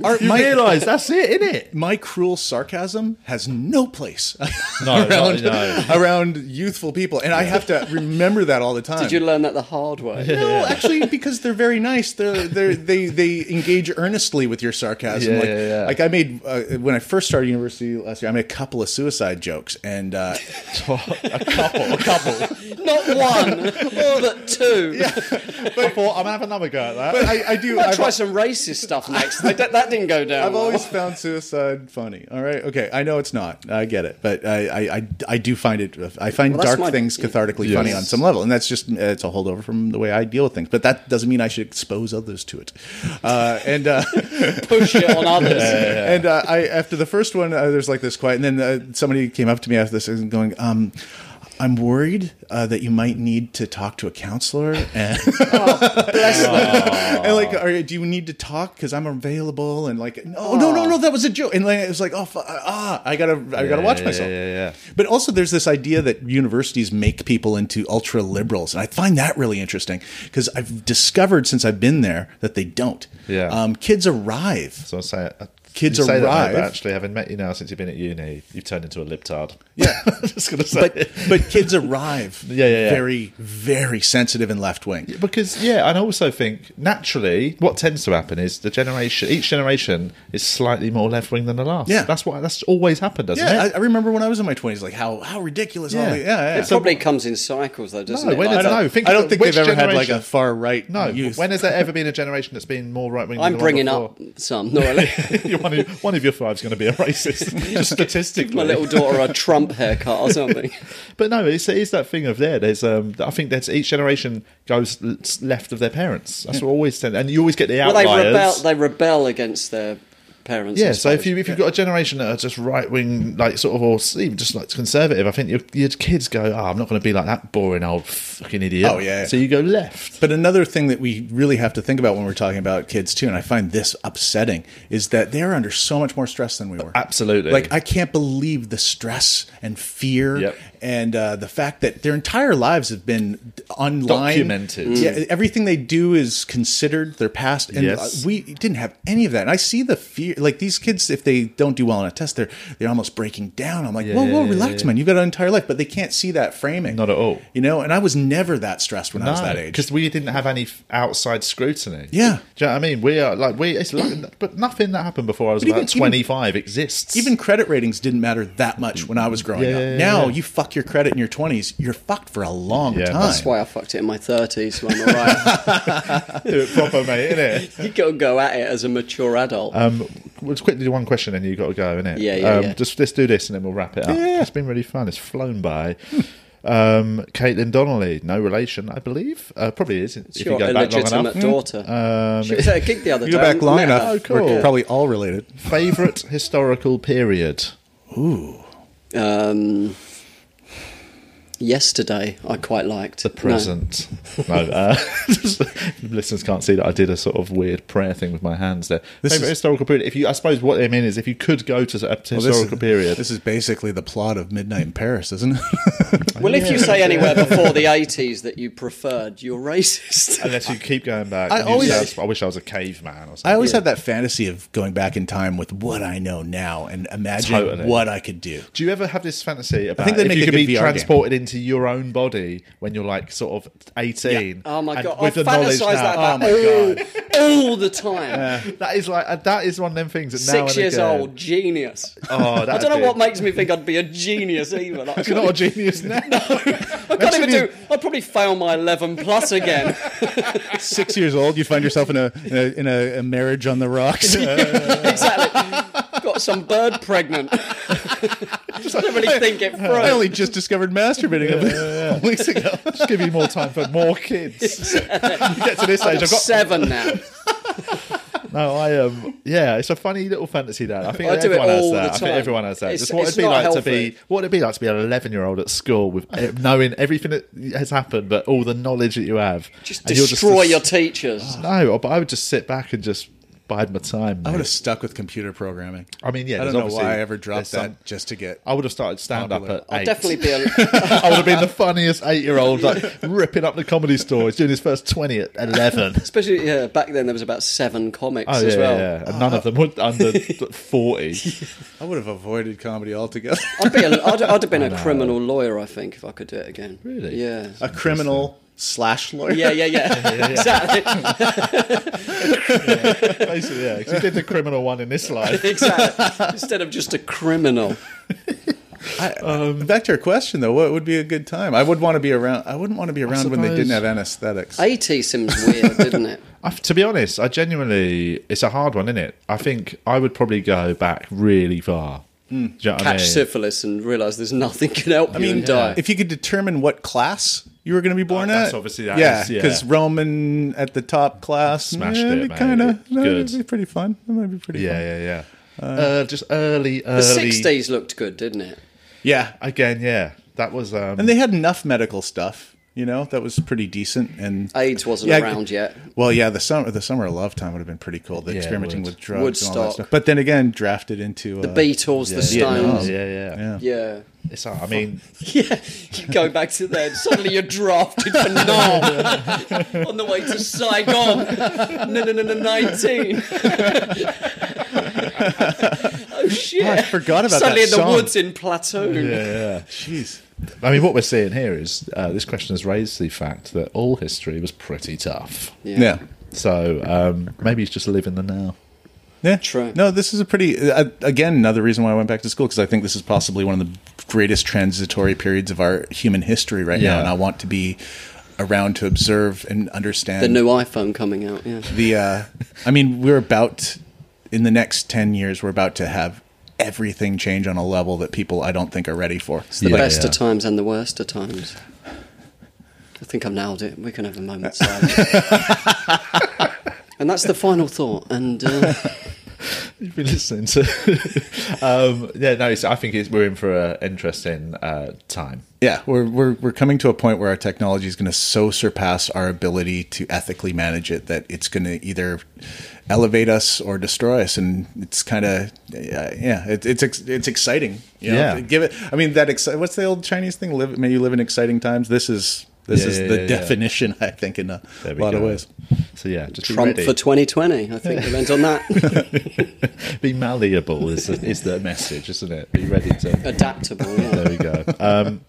Speaker 3: Our-
Speaker 1: [laughs] you
Speaker 3: my-
Speaker 1: realise that's it, isn't it?
Speaker 3: my cruel sarcasm has no place
Speaker 1: [laughs] No, no,
Speaker 3: [laughs] around,
Speaker 1: no.
Speaker 3: around youthful people, and I have to remember that all the time.
Speaker 4: Did you learn that the hard way?
Speaker 3: no, actually, because they're very nice. They're, they're they they engage earnestly with your sarcasm.
Speaker 1: Yeah,
Speaker 3: like,
Speaker 1: yeah, yeah.
Speaker 3: like I made uh, when I first started university last year. I made a couple of suicide jokes, and uh,
Speaker 1: a couple, a couple.
Speaker 4: Not one,
Speaker 3: [laughs]
Speaker 4: but two.
Speaker 1: [laughs] I thought I'm gonna have another go at that.
Speaker 3: but I,
Speaker 1: [laughs]
Speaker 3: I do.
Speaker 4: I'll
Speaker 3: I've-
Speaker 4: try some racist stuff next. They don't- that didn't go down.
Speaker 3: I've
Speaker 4: well.
Speaker 3: always found suicide funny. All right, okay. I know it's not. I get it, but I I, I, I do find it. I find
Speaker 4: Well, that's
Speaker 3: dark
Speaker 4: my-
Speaker 3: things cathartically
Speaker 1: Yes.
Speaker 3: funny on some level, and that's just uh, it's a holdover from the way I deal with things. But that doesn't mean I should expose others to it. Uh, and uh, [laughs]
Speaker 4: push it on others.
Speaker 3: and uh, I after the first one, uh, there's like this quiet, and then uh, somebody came up to me after this and going, um. I'm worried uh, that you might need to talk to a counselor,
Speaker 1: [laughs]
Speaker 3: and,
Speaker 1: Oh,
Speaker 4: Bless them.
Speaker 3: and like, are, do you need to talk? Because I'm available, and like, no,
Speaker 1: Oh.
Speaker 3: no, no, no, that was a joke. And like, it was like, oh, fu- ah, I gotta, I gotta watch
Speaker 1: Yeah,
Speaker 3: myself.
Speaker 1: Yeah, yeah, yeah.
Speaker 3: But also, there's this idea that universities make people into ultra liberals, and I find that really interesting because I've discovered since I've been there that they don't.
Speaker 1: Yeah.
Speaker 3: um, kids arrive.
Speaker 1: So I say, I-
Speaker 3: Kids
Speaker 1: you say that, mate, but
Speaker 3: arrive.
Speaker 1: actually, having met you now since you've been at uni, you've turned into a libtard. [laughs]
Speaker 3: Yeah.
Speaker 1: just gonna say.
Speaker 3: But but kids arrive.
Speaker 1: [laughs] Yeah, yeah, yeah.
Speaker 3: Very very sensitive and left wing.
Speaker 1: because yeah, and I also think naturally what tends to happen is the generation, each generation is slightly more left wing than the last.
Speaker 3: Yeah.
Speaker 1: that's why that's always happened, doesn't
Speaker 3: Yeah, I,
Speaker 1: it?
Speaker 3: I remember when I was in my twenties, like how how ridiculous.
Speaker 1: Yeah.
Speaker 3: All the, yeah, yeah.
Speaker 4: It probably comes in cycles, though, doesn't
Speaker 1: No,
Speaker 4: it?
Speaker 1: when
Speaker 4: Like
Speaker 1: it's-
Speaker 4: that-
Speaker 1: no, think
Speaker 3: I
Speaker 1: of
Speaker 3: don't think
Speaker 1: which
Speaker 3: they've ever had like
Speaker 1: generation-
Speaker 3: a far right.
Speaker 1: no,
Speaker 3: youth.
Speaker 1: when has there ever been a generation that's been more right wing?
Speaker 4: I'm bringing up some. No, I
Speaker 1: [laughs]
Speaker 4: left
Speaker 1: You're one, of, one of your five's going to be a
Speaker 4: [laughs]
Speaker 1: racist, just statistically.
Speaker 4: my little daughter a Trump haircut or something.
Speaker 1: But no, it's, it's that thing of there. There's, um, I think that's each generation goes l- left of their parents. That's what always tend, and you always get the
Speaker 4: Well, they
Speaker 1: outliers.
Speaker 4: rebel. They rebel against their parents. I
Speaker 1: Yeah, so if
Speaker 4: suppose.
Speaker 1: you if you've got a generation that are just right wing, like sort of, or even just like conservative, I think your your kids go, "Oh, I'm not going to be like that boring old fucking idiot."
Speaker 3: Oh, yeah.
Speaker 1: So you go left.
Speaker 3: But another thing that we really have to think about when we're talking about kids too, and I find this upsetting, is that they're under so much more stress than we were.
Speaker 1: Absolutely.
Speaker 3: Like I can't believe the stress and fear
Speaker 1: Yep.
Speaker 3: and uh, the fact that their entire lives have been online
Speaker 1: Documented. Mm.
Speaker 3: Yeah, everything they do is considered their past, and
Speaker 1: Yes.
Speaker 3: uh, we didn't have any of that. And I see the fear, like these kids, if they don't do well on a test, they're they're almost breaking down. I'm like, whoa, whoa,
Speaker 1: yeah,
Speaker 3: relax, man. You've got an entire life, but they can't see that framing,
Speaker 1: Not at all.
Speaker 3: You know, and I was never that stressed when I was that age.
Speaker 1: because we didn't have any f- outside scrutiny.
Speaker 3: Yeah.
Speaker 1: do you know what I mean? We are like we, it's like, but nothing that happened before I was
Speaker 3: But even-
Speaker 1: about
Speaker 3: even-
Speaker 1: twenty five exists.
Speaker 3: even credit ratings didn't matter that much when I was growing
Speaker 1: Yeah,
Speaker 3: up.
Speaker 1: yeah, yeah,
Speaker 3: now
Speaker 1: yeah.
Speaker 3: you fuck your credit in your twenties, you're fucked for a long
Speaker 1: Yeah,
Speaker 3: time.
Speaker 1: that's
Speaker 4: That's why I fucked it in my 30s, so I'm all
Speaker 1: [laughs]
Speaker 4: right.
Speaker 1: [laughs] do it proper, mate, innit?
Speaker 4: you got to go at it as a mature adult.
Speaker 1: Um, let's quickly do one question, and you got to go, innit?
Speaker 4: Yeah, yeah,
Speaker 1: Um,
Speaker 4: yeah.
Speaker 1: Just let's do this, and then we'll wrap it up.
Speaker 3: Yeah. Hmm.
Speaker 1: It's been really fun. It's flown by. um, Caitlin Donnelly, no relation, I believe. Uh, probably is if
Speaker 4: Your
Speaker 1: you go back long
Speaker 4: illegitimate
Speaker 1: enough. mm, uh,
Speaker 4: daughter. she was at a gig the other
Speaker 3: you
Speaker 4: day.
Speaker 3: go back long
Speaker 4: Met
Speaker 3: enough,
Speaker 4: her.
Speaker 1: cool.
Speaker 3: we're probably all related.
Speaker 1: Favorite Hmm. historical period.
Speaker 4: Um, yesterday, I quite liked
Speaker 1: The
Speaker 4: No.
Speaker 1: present. No,
Speaker 3: [laughs]
Speaker 1: uh, [laughs] listeners can't see that I did a sort of weird prayer thing with my hands there.
Speaker 3: This
Speaker 1: Favorite
Speaker 3: is-
Speaker 1: historical period. If you, I suppose, what I mean is, if you could go to a historical period,
Speaker 3: This is basically the plot of Midnight in Paris, isn't it?
Speaker 4: Well, if you say anywhere
Speaker 1: [laughs]
Speaker 4: before the 80s that you preferred, you're racist.
Speaker 1: unless you keep going back,
Speaker 3: I
Speaker 1: and you
Speaker 3: always-
Speaker 1: say, I wish I was a caveman or something.
Speaker 3: [laughs] I always had that fantasy of going back in time with what I know now and imagine
Speaker 1: Totally.
Speaker 3: what I could do.
Speaker 1: Do you ever have this fantasy about
Speaker 3: think they'd
Speaker 1: if
Speaker 3: make
Speaker 1: you
Speaker 3: a
Speaker 1: could
Speaker 3: good
Speaker 1: be
Speaker 3: VR game.
Speaker 1: transported into your own body when you're like sort of 18?
Speaker 4: Oh my
Speaker 1: and
Speaker 4: god,
Speaker 1: with
Speaker 4: I
Speaker 1: the knowledge now,
Speaker 4: fantasize that about
Speaker 1: oh
Speaker 4: all, all the time.
Speaker 1: my God. that is like uh, that is one of them things that now
Speaker 4: Six
Speaker 1: and
Speaker 4: years
Speaker 1: again-
Speaker 4: old, genius.
Speaker 1: Oh,
Speaker 4: I [laughs]
Speaker 1: that'd
Speaker 4: don't know
Speaker 1: be-
Speaker 4: what makes me think I'd be a
Speaker 1: [laughs]
Speaker 4: genius either. Like, I
Speaker 1: You're not
Speaker 4: [laughs]
Speaker 1: a
Speaker 4: can't-
Speaker 1: genius now.
Speaker 4: I can't even do. I'd probably fail my 11
Speaker 1: [laughs]
Speaker 4: plus again.
Speaker 3: [laughs]
Speaker 4: [laughs]
Speaker 3: Six years old, you find yourself in a in a, in a, a marriage on the [laughs] rocks.
Speaker 4: exactly. Got some bird pregnant. [laughs] I don't really think it through.
Speaker 3: I only just discovered masturbating
Speaker 1: [laughs]
Speaker 3: a [laughs] couple weeks ago.
Speaker 1: Just give you more time for more
Speaker 4: [laughs]
Speaker 1: kids. you get to this age, I've got
Speaker 4: seven now.
Speaker 1: [laughs] no. I um, yeah, it's a funny little fantasy that I think
Speaker 4: I do it
Speaker 1: everyone has
Speaker 4: all
Speaker 1: that.
Speaker 4: the
Speaker 1: I think
Speaker 4: time.
Speaker 1: everyone has that.
Speaker 4: It's-
Speaker 1: Just what
Speaker 4: it's
Speaker 1: it'd be
Speaker 4: not
Speaker 1: like
Speaker 4: healthy.
Speaker 1: to be what it'd be like to be an 11 year old at school with eh, knowing everything that has happened, but all the knowledge that you have.
Speaker 4: Just
Speaker 1: And you're just Oh,
Speaker 4: destroy
Speaker 1: a-
Speaker 4: your teachers.
Speaker 1: No, but I would just sit back and just bide my time.
Speaker 3: I
Speaker 1: mate.
Speaker 3: would have stuck with computer programming.
Speaker 1: I mean, yeah,
Speaker 3: I
Speaker 1: there's
Speaker 3: don't know
Speaker 1: obviously-
Speaker 3: why I ever
Speaker 1: there's
Speaker 3: dropped that
Speaker 1: some-
Speaker 3: just to get.
Speaker 1: I would have started stand up
Speaker 3: Popular.
Speaker 1: at
Speaker 4: I'll
Speaker 1: eight.
Speaker 4: definitely be a.
Speaker 1: [laughs] I would have
Speaker 3: [laughs]
Speaker 1: been the funniest eight year old, like ripping up the comedy store. He's doing his first 20 at
Speaker 3: [laughs]
Speaker 1: 11.
Speaker 4: Especially yeah, back then, there was about seven comics
Speaker 1: Oh,
Speaker 4: as
Speaker 1: yeah,
Speaker 4: well.
Speaker 1: yeah. And none of them were under
Speaker 3: [laughs]
Speaker 1: 40.
Speaker 3: I would have avoided
Speaker 1: [laughs]
Speaker 3: comedy altogether.
Speaker 4: I'd, be a, I'd, I'd have been a criminal lawyer, I think, if I could do it again.
Speaker 1: Really?
Speaker 4: Yeah.
Speaker 1: [laughs]
Speaker 3: a criminal slash lawyer.
Speaker 4: Yeah, yeah, yeah. [laughs] Exactly.
Speaker 1: Basically, yeah. 'cause he did the criminal one in this
Speaker 3: [laughs]
Speaker 1: life.
Speaker 4: exactly. Instead of just a criminal.
Speaker 3: I, back to your question though, what would be a good time? I would want to be around. I wouldn't want to be around when they
Speaker 1: suppose-
Speaker 3: didn't have anesthetics.
Speaker 4: 80 seems weird,
Speaker 3: [laughs]
Speaker 4: didn't it?
Speaker 1: I, to be honest, I genuinely, it's a hard one, isn't it? I think I would probably go back really far.
Speaker 3: Hmm.
Speaker 1: Do you know what I
Speaker 4: Catch
Speaker 1: mean?
Speaker 4: syphilis and realise there's nothing can help you and die.
Speaker 3: if you could determine what class you were going to be born
Speaker 1: Oh, that's
Speaker 3: at,
Speaker 1: obviously- that
Speaker 3: yeah,
Speaker 1: is- yeah.
Speaker 3: because Roman at the top class
Speaker 1: Smashed
Speaker 3: yeah,
Speaker 1: it,
Speaker 3: it'd be
Speaker 1: mate.
Speaker 3: Kinda, no,
Speaker 1: Good.
Speaker 3: it'd be pretty fun. That might be pretty.
Speaker 1: Yeah,
Speaker 3: fun.
Speaker 1: yeah, yeah. Uh, just early, early.
Speaker 4: the 60s looked good, didn't it?
Speaker 3: yeah.
Speaker 1: Again, yeah. That was. Um,
Speaker 3: And they had enough medical stuff, you know, that was pretty decent. And
Speaker 4: AIDS wasn't
Speaker 3: Yeah,
Speaker 4: around yet.
Speaker 3: well, yeah, the summer the summer of love time would have been pretty cool. The
Speaker 1: Yeah, it
Speaker 3: experimenting
Speaker 1: would.
Speaker 3: with drugs and all that
Speaker 4: Woodstock.
Speaker 3: stuff. But then again, drafted into
Speaker 4: The Beatles, the Stones.
Speaker 1: yeah, yeah.
Speaker 3: Uh, Yeah.
Speaker 4: Yeah. [laughs]
Speaker 1: It's, I mean,
Speaker 4: Yeah, you go back to there. Suddenly you're
Speaker 3: [laughs]
Speaker 4: drafted for Nam on the way to Saigon. No, no, no,
Speaker 3: [laughs]
Speaker 4: no, nineteen. oh shit!
Speaker 3: I forgot about
Speaker 4: Suddenly
Speaker 3: that
Speaker 4: in the
Speaker 3: song.
Speaker 4: woods in Platoon.
Speaker 3: Jeez.
Speaker 1: I mean, what we're seeing here is uh, this question has raised the fact that all history was pretty tough.
Speaker 4: Yeah.
Speaker 3: Yeah. yeah.
Speaker 1: So um, maybe it's just live in the now.
Speaker 4: True.
Speaker 3: No, this is a pretty uh, again another reason why I went back to school because I think this is possibly one of the greatest transitory periods of our human history right
Speaker 1: Yeah.
Speaker 3: now, and I want to be around to observe and understand
Speaker 4: The new iPhone coming out. Yeah.
Speaker 3: the uh, I mean, we're about in the next ten years, we're about to have everything change on a level that people I don't think are ready for.
Speaker 4: The
Speaker 1: Yeah,
Speaker 4: best
Speaker 1: yeah.
Speaker 4: of times and the worst of times. I think I've nailed it. We can have
Speaker 1: [laughs]
Speaker 4: a
Speaker 1: [laughs]
Speaker 4: moment silence. and that's the final thought. And uh,
Speaker 1: You've been listening to. [laughs] um, yeah, no, it's, I think it's, we're in for an interesting uh, time.
Speaker 3: Yeah, we're, we're, we're coming to a point where our technology is going to so surpass our ability to ethically manage it that it's going to either elevate us or destroy us. And it's kind of, yeah, it, it's ex- it's exciting. You know?
Speaker 1: Yeah.
Speaker 3: Give it, I mean, that, exci- what's the old Chinese thing? Live, may you live in exciting times. This is, this
Speaker 1: Yeah,
Speaker 3: is
Speaker 1: yeah,
Speaker 3: the
Speaker 1: yeah, yeah.
Speaker 3: definition, I think, in a
Speaker 1: There we
Speaker 3: lot of
Speaker 1: go.
Speaker 3: ways.
Speaker 1: So yeah, just be
Speaker 4: Trump
Speaker 1: ready.
Speaker 4: for 2020. I think we went
Speaker 1: [laughs]
Speaker 4: on that.
Speaker 1: be malleable is the, is the message, isn't it? Be ready
Speaker 4: [laughs]
Speaker 1: to.
Speaker 4: Adaptable.
Speaker 1: There
Speaker 4: Yeah.
Speaker 1: we go. Um,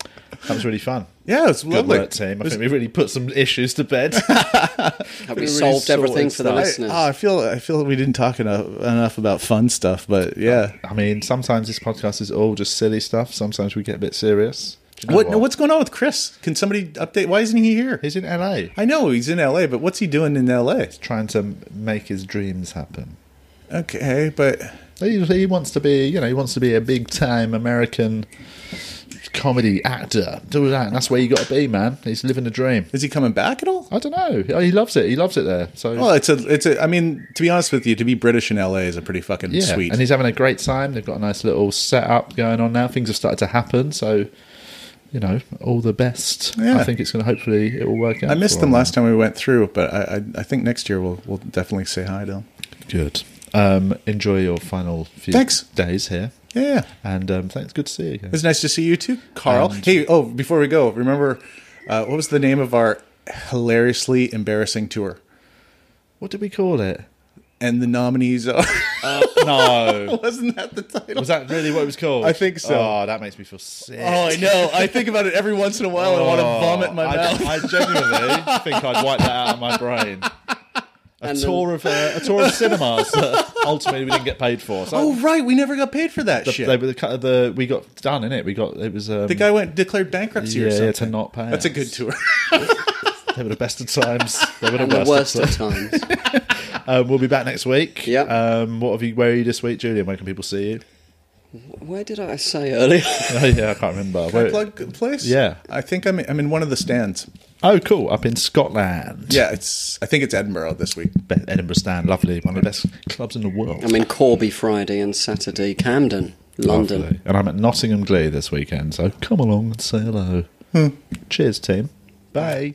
Speaker 1: that was really fun.
Speaker 3: Yeah, it's
Speaker 1: Good
Speaker 3: lovely.
Speaker 1: work, team. I
Speaker 3: It's-
Speaker 1: think we really put some issues to
Speaker 3: [laughs]
Speaker 1: bed.
Speaker 4: Have we
Speaker 1: Really
Speaker 4: solved everything
Speaker 1: sorted stuff.
Speaker 4: for the
Speaker 1: Ah,
Speaker 3: I,
Speaker 4: listeners?
Speaker 3: oh, I feel I feel we didn't talk enough enough about fun stuff, but yeah.
Speaker 1: I mean, sometimes this podcast is all just silly stuff. Sometimes we get a bit serious. Do you know
Speaker 3: What, what's going on with Chris? Can somebody update? Why isn't he here?
Speaker 1: He's in LA
Speaker 3: I know he's in LA, but what's he doing in LA?
Speaker 1: trying to make his dreams happen.
Speaker 3: Okay, but
Speaker 1: He, he wants to be, you know, he wants to be a big time American comedy actor. Do that. That's where you got to be, man. He's living the dream.
Speaker 3: is he coming back at all?
Speaker 1: I don't know. He loves it. He loves it there. So
Speaker 3: Well, it's a it's a. I mean, to be honest with you, to be British in LA is a pretty fucking
Speaker 1: yeah,
Speaker 3: sweet.
Speaker 1: and he's having a great time. They've got a nice little setup going on now. Things have started to happen. So. You know, all the best.
Speaker 3: Yeah.
Speaker 1: I think it's going to hopefully it will work out.
Speaker 3: I missed
Speaker 1: for
Speaker 3: them
Speaker 1: him.
Speaker 3: last time we went through, but I, I I think next year we'll we'll definitely say hi to him.
Speaker 1: Good. Um, enjoy your final few
Speaker 3: Thanks.
Speaker 1: days here.
Speaker 3: Yeah.
Speaker 1: And um, thanks. Good to see you again.
Speaker 3: It's nice to see you too, Carl.
Speaker 1: And-
Speaker 3: hey, oh, before we go, remember uh, what was the name of our hilariously embarrassing tour?
Speaker 1: What did we call
Speaker 3: [laughs]
Speaker 1: it?
Speaker 3: And the nominees are [laughs]
Speaker 1: No.
Speaker 3: wasn't that the title?
Speaker 1: [laughs] Was that really what it was called?
Speaker 3: I think so.
Speaker 1: Oh, that makes me feel sick.
Speaker 3: Oh, I know. I think about it every once in a while. and I want to
Speaker 1: Oh,
Speaker 3: vomit in my
Speaker 1: I, [laughs]
Speaker 3: mouth.
Speaker 1: I genuinely think I'd wipe that out of my brain. A
Speaker 4: And then-
Speaker 1: tour of uh, a tour of cinemas that ultimately we didn't get paid for. So
Speaker 3: oh, right. We never got paid for that
Speaker 1: the,
Speaker 3: shit.
Speaker 1: they were the, cut- the we got done in it. We got it was um,
Speaker 3: the guy went declared bankruptcy
Speaker 1: yeah,
Speaker 3: or
Speaker 1: yeah,
Speaker 3: something.
Speaker 1: to not pay.
Speaker 3: That's a
Speaker 1: us.
Speaker 3: good tour. [laughs]
Speaker 1: They were the best of times. They were the
Speaker 4: And the
Speaker 1: worst,
Speaker 4: worst
Speaker 1: of
Speaker 4: of
Speaker 1: times.
Speaker 4: times.
Speaker 1: Um, we'll be back next week.
Speaker 4: Yep.
Speaker 1: Um, what have you? Where are you this week, Julian? Where can people see you? [laughs]
Speaker 4: Where did I say earlier? [laughs]
Speaker 1: Oh, yeah, I can't remember. Where-
Speaker 3: Plug the place.
Speaker 1: Yeah.
Speaker 3: I think I'm. I'm in one of the stands.
Speaker 1: oh, cool. Up in Scotland.
Speaker 3: Yeah. It's. I think it's Edinburgh this week.
Speaker 1: Be- Edinburgh Stand, lovely, one of the best clubs in the world.
Speaker 4: I'm in Corby Friday and Saturday, Camden, London.
Speaker 1: Lovely. and I'm at Nottingham
Speaker 3: Hmm.
Speaker 1: Glee this weekend. So come along and say hello. Cheers, team. Bye.